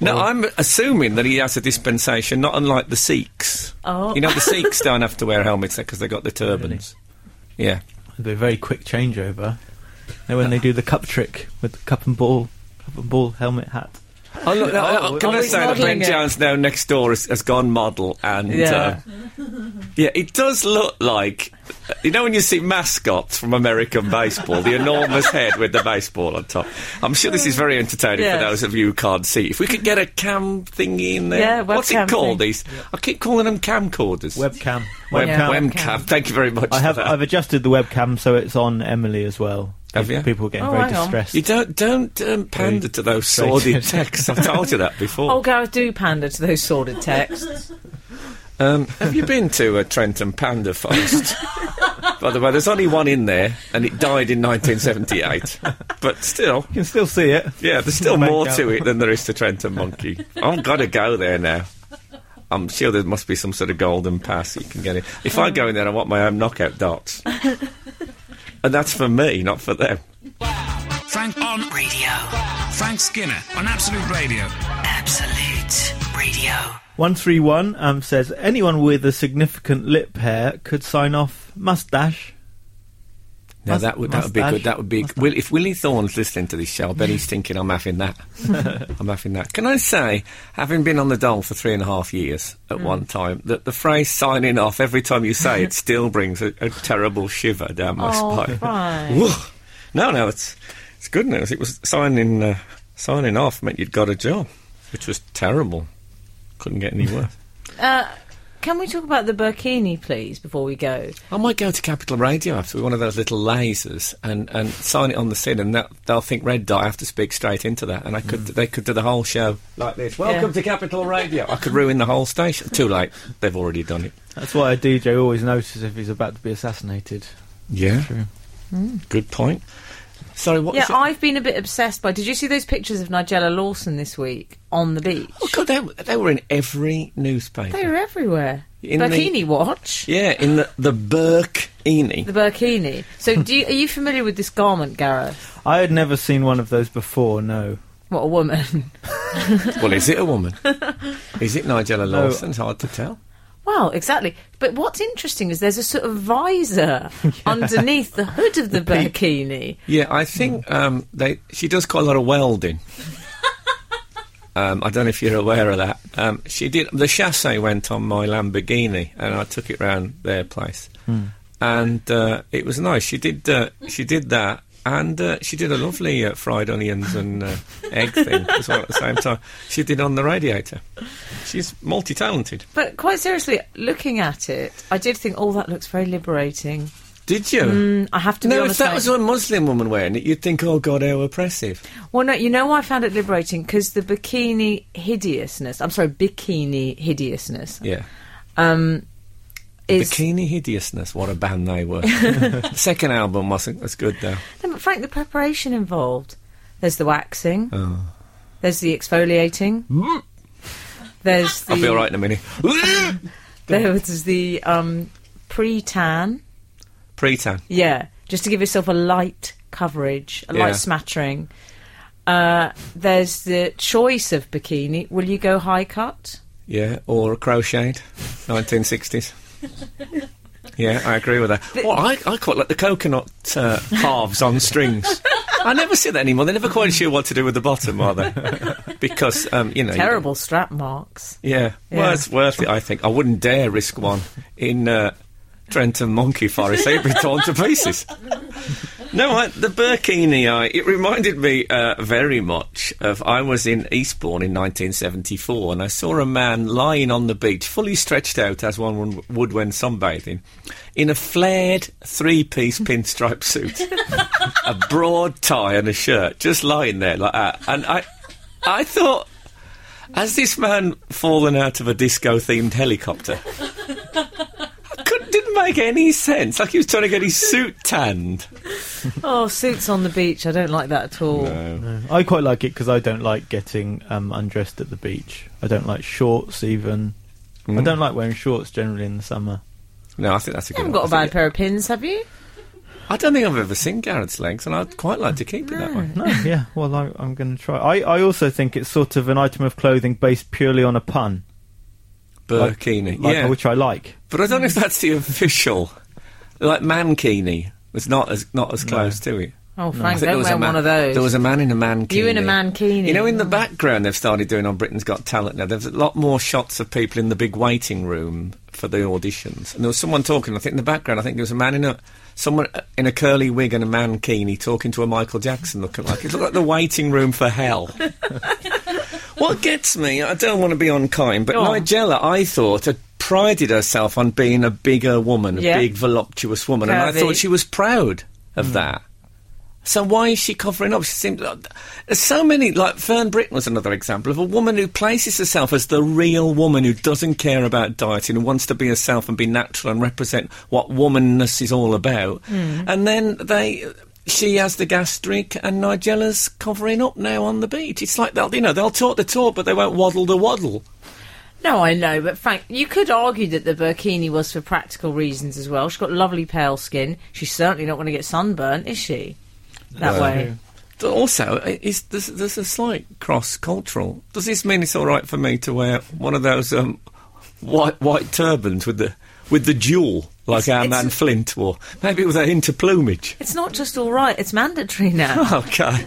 Speaker 4: no, I'm assuming that he has a dispensation, not unlike the Sikhs.
Speaker 5: Oh.
Speaker 4: You
Speaker 5: <laughs>
Speaker 4: know, the Sikhs don't have to wear helmets because they got the turbans. Yeah.
Speaker 6: It'd be a very quick changeover. Now when they do the cup trick with the cup and ball, cup and ball helmet hat.
Speaker 4: Oh, look, no,
Speaker 6: Oh,
Speaker 4: no, can
Speaker 5: oh,
Speaker 4: I
Speaker 5: he's
Speaker 4: say that
Speaker 5: modelling
Speaker 4: Ben
Speaker 5: it.
Speaker 4: Jones now next door has, has gone model and
Speaker 5: Yeah.
Speaker 4: yeah. yeah, it does look like you know when you see mascots from American baseball, the enormous head with the baseball on top. I'm sure this is very entertaining
Speaker 5: Yes.
Speaker 4: for those of you who can't see. If we could get a cam thingy in there,
Speaker 5: Yeah,
Speaker 4: what's
Speaker 5: webcam
Speaker 4: it called?
Speaker 5: thing.
Speaker 4: These I keep calling them camcorders.
Speaker 6: Webcam.
Speaker 4: Web-
Speaker 5: Yeah,
Speaker 6: Webcam.
Speaker 5: web-
Speaker 4: Webcam. Thank you very much.
Speaker 6: I have
Speaker 4: for that.
Speaker 6: I've adjusted the webcam so it's on Emily as well.
Speaker 4: Have you?
Speaker 6: People were getting
Speaker 5: Oh,
Speaker 6: very
Speaker 5: hang on.
Speaker 6: distressed.
Speaker 4: You don't don't um, pander to those sordid texts. I've told you that before.
Speaker 5: Oh, Gareth, do pander to those
Speaker 4: <laughs>
Speaker 5: sordid texts.
Speaker 4: Um, have you been to a Trenton Panda Forest? By the way, there's only one in there, and it died in 1978. But still,
Speaker 6: You can still see it.
Speaker 4: yeah, there's still
Speaker 6: Make
Speaker 4: more
Speaker 6: out.
Speaker 4: to it than there is to Trenton Monkey. I've got to go there now. I'm sure there must be some sort of golden pass you can get in. If I go in there, I want my own knockout darts. and that's for me, not for them.
Speaker 2: Frank on
Speaker 3: Radio.
Speaker 2: Frank Skinner on Absolute Radio.
Speaker 3: Absolute Radio.
Speaker 6: 131 um, says anyone with a significant lip hair could sign off mustache.
Speaker 4: Now
Speaker 6: Must-
Speaker 4: that would that would be
Speaker 6: mustache.
Speaker 4: good. That would be Will, if Willie Thorne's listening to this show. I bet he's thinking I'm having that. I'm having that. Can I say, having been on the dole for three and a half years at one time, that the phrase "signing off" every time you say it still brings a, a terrible shiver down my
Speaker 5: Oh,
Speaker 4: spine. <laughs>
Speaker 5: right.
Speaker 4: Woo. No, no, it's it's good news. It was signing uh, signing off meant you'd got a job, which was terrible. Couldn't get any worse.
Speaker 5: Uh, can we talk about the burkini, please, before we go?
Speaker 4: I might go to Capital Radio after one of those little lasers and, and sign it on the sin, and that, they'll think red dot. I have to speak straight into that, and I could they could do the whole show like this. Welcome
Speaker 5: Yeah.
Speaker 4: to Capital Radio. I could ruin the whole station. Too late. They've already done it.
Speaker 6: That's why a DJ always notices if he's about to be assassinated.
Speaker 4: Yeah.
Speaker 6: True.
Speaker 4: Good point. Sorry, what
Speaker 5: yeah,
Speaker 4: was it?
Speaker 5: I've been a bit obsessed by. Did you see those pictures of Nigella Lawson this week on the beach?
Speaker 4: Oh God, they, they were in every newspaper.
Speaker 5: They were everywhere.
Speaker 4: In the-
Speaker 5: burkini watch.
Speaker 4: yeah, in the the Burkini.
Speaker 5: <laughs> The burkini. So, do you, are you familiar with this garment, Gareth?
Speaker 6: I had never seen one of those before, no.
Speaker 5: What a woman! <laughs>
Speaker 4: well, is it a woman? is it Nigella Lawson? It's hard to tell.
Speaker 5: Well, exactly. But what's interesting is there's a sort
Speaker 4: <laughs>
Speaker 5: of visor underneath the hood of the burkini.
Speaker 4: Yeah, I think
Speaker 5: Hmm.
Speaker 4: um, they. She does quite a lot of
Speaker 5: <laughs>
Speaker 4: welding. um, I don't know if you're aware of that. Um, she did. The chassis went on my Lamborghini, and I took it round their place,
Speaker 5: Hmm.
Speaker 4: and uh, it was nice. She did. Uh, she did that. And uh, she did a lovely uh, fried onions and uh, egg thing as well at the same time. She did on the radiator. She's multi talented.
Speaker 5: But quite seriously, looking at it, I did think, oh, that looks very liberating.
Speaker 4: Did you?
Speaker 5: Mm, I have to be
Speaker 4: no, if
Speaker 5: honest.
Speaker 4: that
Speaker 5: mate.
Speaker 4: was a Muslim woman wearing it, you'd think, oh God, how oppressive.
Speaker 5: Well, no, you know why I found it liberating because the bikini hideousness. I'm sorry, bikini hideousness.
Speaker 4: Yeah.
Speaker 5: Um, is
Speaker 4: Bikini Hideousness, what a band they
Speaker 5: <laughs>
Speaker 4: were. Second album wasn't as good though.
Speaker 5: No, but Frank, the preparation involved. There's the waxing.
Speaker 4: Oh,
Speaker 5: There's the exfoliating.
Speaker 4: Mm.
Speaker 5: there's the
Speaker 4: I'll be alright in a minute. <laughs>
Speaker 5: there was the um, pre-tan.
Speaker 4: Pre tan.
Speaker 5: Yeah, just to give yourself a light coverage, a
Speaker 4: Yeah.
Speaker 5: light smattering. Uh, there's the choice of bikini. Will you go high cut?
Speaker 4: Yeah, or crocheted. 1960s. Yeah, I agree with that. Well, I, I quite like the coconut uh, halves on strings. I never see that anymore. They're never quite sure what to do with the bottom, are they? <laughs> Because, um, you know. you-
Speaker 5: Terrible strap marks.
Speaker 4: yeah. Well,
Speaker 5: Yeah.
Speaker 4: it's worth it, I think. I wouldn't dare risk one in uh, Trenton Monkey Forest. They'd be torn to pieces. No, I, the Burkini eye, it reminded me uh, very much of. I was in Eastbourne in 1974 and I saw a man lying on the beach, fully stretched out as one w- would when sunbathing, in a flared three piece pinstripe suit, a broad tie and a shirt, just lying there like that. And I, I thought, has this man fallen out of a disco themed helicopter? Couldn't, didn't make any sense. Like he was trying to get his suit tanned.
Speaker 5: Oh, suits on the beach. I don't like that at all.
Speaker 6: I quite like it because I don't like getting um, undressed at the beach. I don't like shorts even. I
Speaker 4: Mm.
Speaker 6: don't like wearing shorts generally in the summer.
Speaker 4: No, I think that's a
Speaker 5: You
Speaker 4: good.
Speaker 5: haven't got a
Speaker 4: I
Speaker 5: bad
Speaker 4: think-
Speaker 5: pair of pins, have you?
Speaker 4: I don't think I've ever seen Garrett's legs, and I'd quite like to keep it that way.
Speaker 6: No, yeah, well, I, I'm going to try. I, I also think it's sort of an item of clothing based purely on a pun, Like-
Speaker 4: Burkini,
Speaker 6: like,
Speaker 4: yeah,
Speaker 6: which I like.
Speaker 4: but I don't know if that's the official. Like mankini was not as not as close to it.
Speaker 5: Oh,
Speaker 4: I
Speaker 5: Frank,
Speaker 4: think
Speaker 5: don't wear
Speaker 4: man,
Speaker 5: one of those.
Speaker 4: There was a man in a mankini.
Speaker 5: You in a mankini.
Speaker 4: You know, in the
Speaker 5: Oh.
Speaker 4: background, they've started doing on Britain's Got Talent now. There's a lot more shots of people in the big waiting room for the auditions. And there was someone talking. I think in the background, I think there was a man in a someone uh, in a curly wig and a mankini talking to a Michael Jackson looking like it looked like the waiting room for hell. <laughs> what gets me, I don't want to be unkind, but
Speaker 5: Go on.
Speaker 4: Nigella, I thought, had prided herself on being a bigger woman, a
Speaker 5: Yeah.
Speaker 4: big voluptuous woman, and I
Speaker 5: Curvy.
Speaker 4: thought she was proud of that. So why is she covering up? She seems like, there's so many. Like Fern Britton was another example of a woman who places herself as the real woman who doesn't care about dieting, who wants to be herself and be natural and represent what womanness is all about. And then they, she has the gastric, and Nigella's covering up now on the beach. It's like they'll, you know, they'll talk the talk, but they won't waddle the waddle.
Speaker 5: No, I know, but Frank, you could argue that the burkini was for practical reasons as well. She's got lovely pale skin. She's certainly not going to get sunburnt, is she? That way.
Speaker 4: Th- Also, i- is there's, there's a slight cross-cultural. Does this mean it's all right for me to wear one of those um, white white turbans with the with the jewel, like our
Speaker 5: it's-
Speaker 4: man Flint wore? Maybe with that into plumage.
Speaker 5: It's not just all right, it's
Speaker 4: <laughs>
Speaker 5: mandatory now.
Speaker 4: Okay.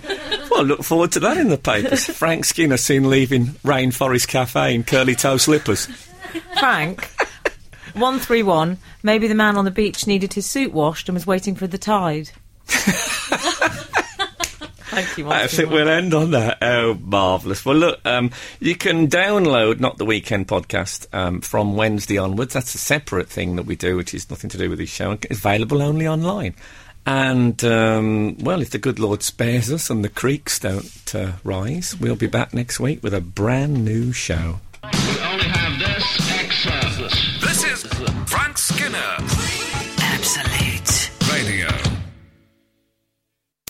Speaker 4: well, look forward to that in the papers.
Speaker 5: <laughs>
Speaker 4: Frank Skinner seen leaving Rainforest Cafe in curly toe slippers.
Speaker 5: Frank, 131, maybe the man on the beach needed his suit washed and was waiting for
Speaker 4: <laughs>
Speaker 5: the tide. Thank you,
Speaker 4: I think
Speaker 5: 131.
Speaker 4: we'll end on that. Oh, marvellous. Well, look, um, you can download Not the Weekend podcast um, from Wednesday onwards. That's a separate thing that we do, which is nothing to do with this show. It's available only online. And, um, well, if the good Lord spares us and the creeks don't uh, rise, we'll be back next week with a brand new show.
Speaker 7: We only have this extra.
Speaker 2: This is Frank Skinner.
Speaker 3: Absolute